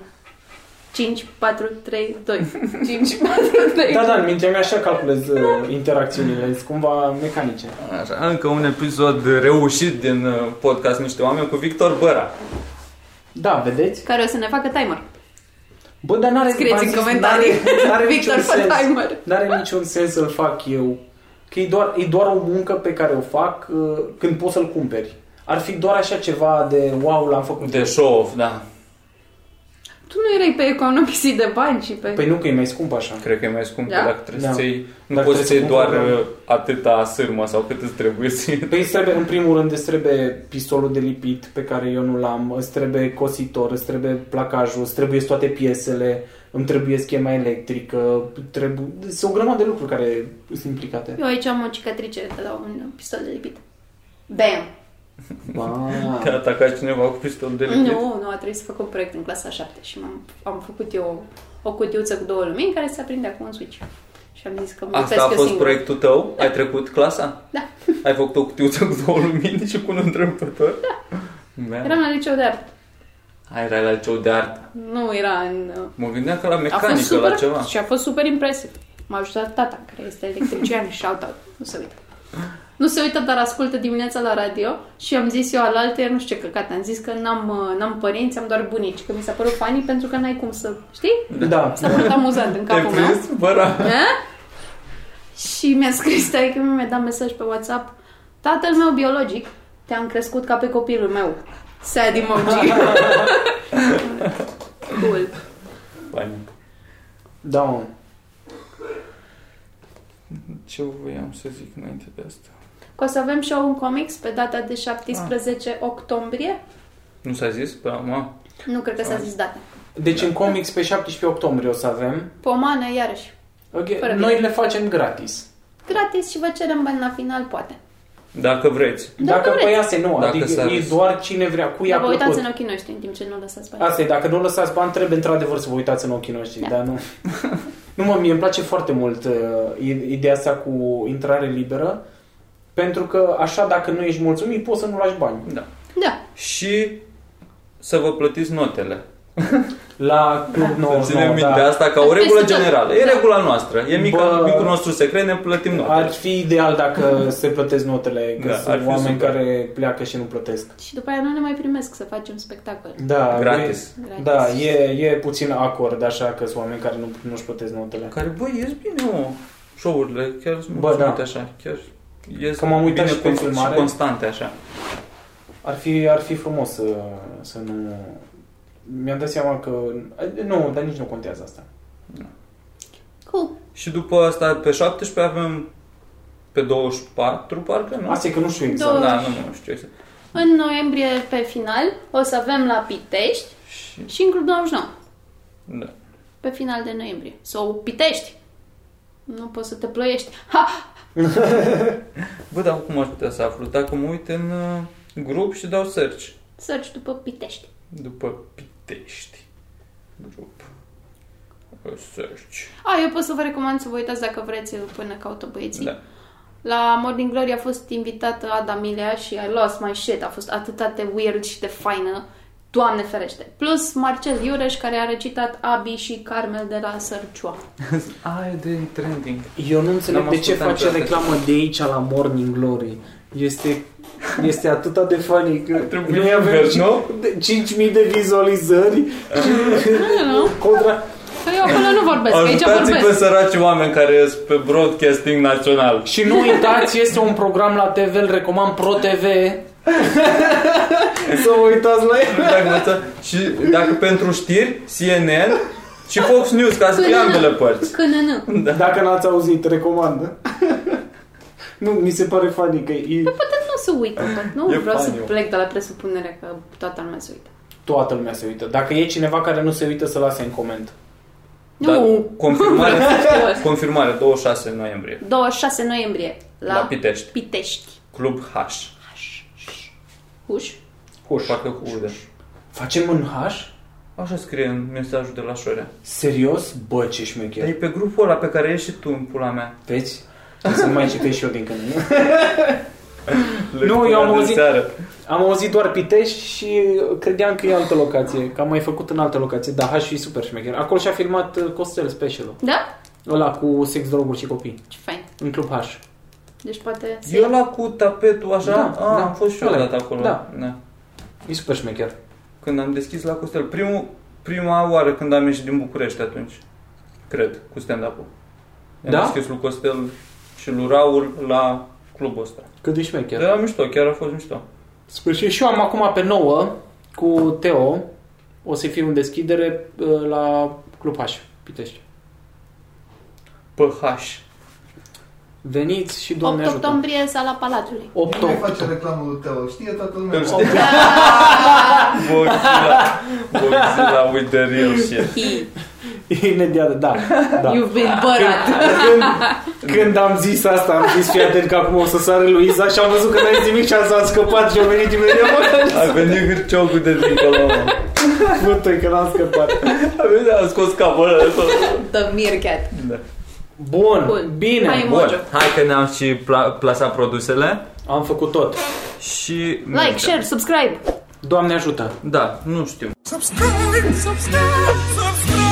Speaker 3: 5, 4, 3, 2.
Speaker 6: 5, 4, 3.
Speaker 5: Da, da, în mintea mea așa calculez uh, interacțiunile, sunt cumva mecanice.
Speaker 2: Așa, încă un episod reușit din uh, podcast Niște Oameni cu Victor Băra.
Speaker 5: Da, vedeți?
Speaker 3: Care o să ne facă timer.
Speaker 5: Bă, dar n-are
Speaker 6: Scrieți
Speaker 5: v-am
Speaker 6: în
Speaker 5: zis,
Speaker 6: comentarii.
Speaker 5: N-are, n-are
Speaker 6: Victor
Speaker 5: niciun sens.
Speaker 6: Fernheimer.
Speaker 5: N-are niciun sens să-l fac eu. Că e doar, e doar o muncă pe care o fac uh, când poți să-l cumperi. Ar fi doar așa ceva de wow, l-am făcut.
Speaker 2: De show off, da.
Speaker 3: Tu nu erai pe economisit de bani și pe...
Speaker 5: Păi nu, că e mai scump așa.
Speaker 2: Cred că e mai scump
Speaker 3: Da?
Speaker 2: dacă trebuie
Speaker 5: Da.
Speaker 2: să iei, nu
Speaker 5: Dacă
Speaker 2: poți să
Speaker 5: trebuie
Speaker 2: iei
Speaker 5: să
Speaker 2: doar
Speaker 5: cumperi, da.
Speaker 2: uh, atâta sârmă sau cât îți trebuie să iei.
Speaker 5: Păi îți trebuie, în primul rând, îți trebuie pistolul de lipit pe care eu nu l-am, îți trebuie cositor, îți trebuie placajul, îți trebuie toate piesele, îmi trebuie schema electrică, trebuie... Sunt o grămadă de lucruri care sunt implicate.
Speaker 3: Eu aici am o cicatrice de la un pistol de lipit. Bam!
Speaker 5: Wow.
Speaker 2: Te-a atacat cineva cu pistol de lipit.
Speaker 3: Nu, nu, a trebuit să fac un proiect în clasa 7 și m-am, am făcut eu o, o cutiuță cu două lumini care se aprinde acum un switch. Și am zis că mă
Speaker 2: Asta a
Speaker 3: lipesc eu Da.
Speaker 2: fost
Speaker 3: singură.
Speaker 2: proiectul tău? Ai trecut clasa?
Speaker 3: Da.
Speaker 2: Ai făcut o cutiuță cu două lumini și cu un întrebător? Da.
Speaker 3: Eram la liceu de artă.
Speaker 2: Ai era la liceu de artă.
Speaker 3: Nu era în... uh,
Speaker 2: Mă gândeam că la
Speaker 3: A fost
Speaker 2: mecanică,
Speaker 3: super
Speaker 2: la ceva.
Speaker 3: și a fost super impresiv. M-a ajutat tata, care este electrician și out Nu se uită. Nu se uită, dar ascultă dimineața la radio și am zis eu alaltă, nu știu ce căcat, am zis că n-am, uh, n-am părinți, am doar bunici, că mi s-a părut funny pentru că n-ai cum să, știi?
Speaker 5: Da.
Speaker 3: S-a părut amuzant în
Speaker 2: Te-ai
Speaker 3: capul meu.
Speaker 2: prins? da. Băra.
Speaker 3: A? Și mi-a scris că mi-a dat mesaj pe WhatsApp Tatăl meu biologic te-am crescut ca pe copilul meu. Sad emoji. cool.
Speaker 2: Panică.
Speaker 5: Da, mă.
Speaker 2: Ce voiam să zic înainte de asta?
Speaker 3: Că o să avem și un comics pe data de 17 octombrie.
Speaker 2: Nu s-a zis? Păi, mă,
Speaker 3: Nu cred că s-a zis data.
Speaker 5: Deci în comics pe 17 octombrie o să avem.
Speaker 3: Pomană, iarăși. Fără
Speaker 5: Okay.
Speaker 3: bine.
Speaker 5: Noi le facem gratis.
Speaker 3: Gratis și vă cerem bani la final, poate.
Speaker 2: dacă vreți.
Speaker 3: Dacă
Speaker 5: Dacă
Speaker 3: vreți.
Speaker 5: păi asta e nu,
Speaker 2: Dacă
Speaker 5: adică
Speaker 2: s-a
Speaker 5: e
Speaker 2: zis.
Speaker 5: doar cine vrea, cui
Speaker 3: Dar
Speaker 5: a
Speaker 3: Da, vă uitați
Speaker 5: plăcut.
Speaker 3: în ochii noștri în timp ce nu lăsați bani.
Speaker 5: Asta e, dacă nu lăsați bani, trebuie într-adevăr să vă uitați în ochii noștri,
Speaker 3: Da.
Speaker 5: dar nu. nu mă, mie îmi place foarte mult uh, i- ideea asta cu intrare liberă, pentru că așa, dacă nu ești mulțumit, poți să nu lași bani.
Speaker 2: Da.
Speaker 3: Da.
Speaker 2: Și să vă plătiți notele.
Speaker 5: la Club
Speaker 2: Să
Speaker 5: 99.
Speaker 2: ținem minte
Speaker 5: da.
Speaker 2: asta ca o
Speaker 3: Asta
Speaker 2: regulă
Speaker 3: este tot.
Speaker 2: generală. E
Speaker 3: Da.
Speaker 2: regula noastră. E mica,
Speaker 5: Bă.
Speaker 2: micul nostru secret, ne plătim
Speaker 5: Ar
Speaker 2: noi.
Speaker 5: fi ideal dacă se plătesc notele, că
Speaker 2: Da,
Speaker 5: da,
Speaker 2: ar
Speaker 5: sunt
Speaker 2: fi
Speaker 5: oameni
Speaker 2: super.
Speaker 5: care pleacă și nu plătesc.
Speaker 3: Și după aia nu ne mai primesc să facem spectacol.
Speaker 5: Da,
Speaker 2: Gratis.
Speaker 5: E,
Speaker 3: Gratis.
Speaker 5: da, e, e puțin acord, așa că sunt oameni care nu, nu-și plătesc notele.
Speaker 2: Care, băi, ies bine, mă, show-urile. Chiar sunt
Speaker 5: Bă,
Speaker 2: mulțumite
Speaker 5: da.
Speaker 2: așa. Chiar ies
Speaker 5: Că m-am uitat
Speaker 2: bine
Speaker 5: și pe
Speaker 2: con-
Speaker 5: filmare.
Speaker 2: și constante așa.
Speaker 5: Ar fi, ar fi frumos să, să nu... Mi-am dat seama că... Nu, dar nici nu contează asta.
Speaker 3: Cool.
Speaker 2: Și după asta, pe 17 avem pe 24, parcă, nu?
Speaker 5: Asta e că nu știu exact.
Speaker 3: Două.
Speaker 2: Da, nu, nu știu exact.
Speaker 3: În noiembrie, pe final, o să avem la Pitești
Speaker 2: Și,
Speaker 3: și în Club 99.
Speaker 2: da.
Speaker 3: Pe final de noiembrie. Sau Pitești. Nu poți să te plăiești. Ha!
Speaker 2: Bă, dar cum aș putea să aflu? Dacă mă uit în uh, grup și dau search.
Speaker 3: Search după Pitești.
Speaker 2: După Pitești. Grup. Search.
Speaker 3: A, eu pot să vă recomand să vă uitați dacă vreți până caută băieții.
Speaker 2: Da.
Speaker 3: La Morning Glory a fost invitată Ada Milea și I lost my shit. A fost atât de weird și de faină. Doamne ferește. Plus Marcel Iureș care a recitat Abi și Carmel de la Sărcioa.
Speaker 2: Aia de trending.
Speaker 5: Eu nu înțeleg
Speaker 2: N-am
Speaker 5: de ce
Speaker 2: ascultat
Speaker 5: face
Speaker 2: niciodată.
Speaker 5: reclamă de aici la Morning Glory. Este, este atâta de funny că
Speaker 2: trebuit invers, nu?
Speaker 5: de- 5.000 de vizualizări
Speaker 3: Nu, nu, nu.
Speaker 5: contra...
Speaker 3: Că eu Păi, acolo nu vorbesc, că aici
Speaker 2: Ajutați pe
Speaker 3: vorbesc.
Speaker 2: săraci oameni care sunt pe broadcasting național.
Speaker 5: Și nu uitați, este un program la TV, îl recomand Pro TV. Să vă uitați la el.
Speaker 2: Dacă mă ță- și dacă pentru știri, CNN și Fox News, ca să fie ambele părți.
Speaker 3: Când nu. Păi,
Speaker 5: Dacă n-ați auzit, recomand. nu, mi se pare funny că e...
Speaker 3: Poate nu se uită, poate nu
Speaker 2: E
Speaker 3: vreau să
Speaker 2: fain, eu.
Speaker 3: plec de la presupunerea că toată lumea se uită.
Speaker 5: toată lumea se uită. Dacă e cineva care nu se uită, să lase în coment.
Speaker 2: Da.
Speaker 3: Nu,
Speaker 2: confirmare, confirmare, 26 noiembrie.
Speaker 3: 26 noiembrie la,
Speaker 2: La Pitești.
Speaker 3: Pitești.
Speaker 2: Club H.
Speaker 3: Huș.
Speaker 5: Huș.
Speaker 2: Parcă cu udă.
Speaker 5: Facem în H?
Speaker 2: Așa scrie în mesajul de la Șorea.
Speaker 5: Serios? Bă, ce
Speaker 2: Dar
Speaker 5: șmecher.
Speaker 2: e pe grupul ăla pe care ești și tu în pula mea.
Speaker 5: Vezi? Să nu mai citesc și eu din când. în când. Nu, eu am
Speaker 2: De
Speaker 5: auzit-
Speaker 2: Seară.
Speaker 5: Am auzit doar Pitești și credeam că e altă locație. Că am mai făcut în altă locație. Da, H e super șmecher. Acolo și-a filmat uh, Costel special
Speaker 3: Da?
Speaker 5: Ăla cu sex, droguri și copii.
Speaker 3: Ce fain.
Speaker 5: În Club H.
Speaker 3: Deci poate să
Speaker 2: Eu la cu tapetul așa,
Speaker 5: Da,
Speaker 2: a,
Speaker 5: da.
Speaker 2: am fost și eu
Speaker 5: Ăla e.
Speaker 2: odată acolo.
Speaker 5: Da.
Speaker 2: da.
Speaker 5: E super șmecher.
Speaker 2: Când am deschis la Costel, primul, prima oară când am ieșit din București atunci, cred, cu stand-up-ul. Am
Speaker 5: Da?
Speaker 2: deschis lui Costel și lui Raul la clubul ăsta.
Speaker 5: Cât de șmecher.
Speaker 2: Era mișto, chiar a fost mișto.
Speaker 5: Sfârșit. Și eu am acum pe 9 cu Teo. O să fiu în deschidere uh, la Club H. Pitești.
Speaker 2: PH.
Speaker 5: Veniți și
Speaker 3: 8
Speaker 5: Doamne ajută.
Speaker 3: octombrie sala Palatului.
Speaker 5: 8
Speaker 7: Nu mai face
Speaker 5: octombrie.
Speaker 7: reclamă lui Teo, știe toată lumea.
Speaker 2: Îl știi? Godzilla. Godzilla with the real shit.
Speaker 3: He.
Speaker 5: Imediat, da. da.
Speaker 3: You've been bărat.
Speaker 5: Când, când am zis asta, am zis fii atent că acum o să sară Luiza și am văzut că n-ai zis nimic și am s-a scăpat și a venit imediat.
Speaker 2: A venit hârciocul de dincolo. mă.
Speaker 5: Pută că n-am scăpat.
Speaker 2: A venit, a scos capul ăla. de tot.
Speaker 6: The Meerkat.
Speaker 2: Da.
Speaker 5: Bun,
Speaker 3: Bun.
Speaker 5: bine.
Speaker 3: Hai, mă.
Speaker 2: Bun, hai că ne-am și pla- plasat produsele
Speaker 5: Am făcut tot.
Speaker 2: și...
Speaker 3: Like, share, subscribe.
Speaker 5: Doamne ajută.
Speaker 2: Da, nu știu.
Speaker 8: Subscribe, subscribe, subscribe.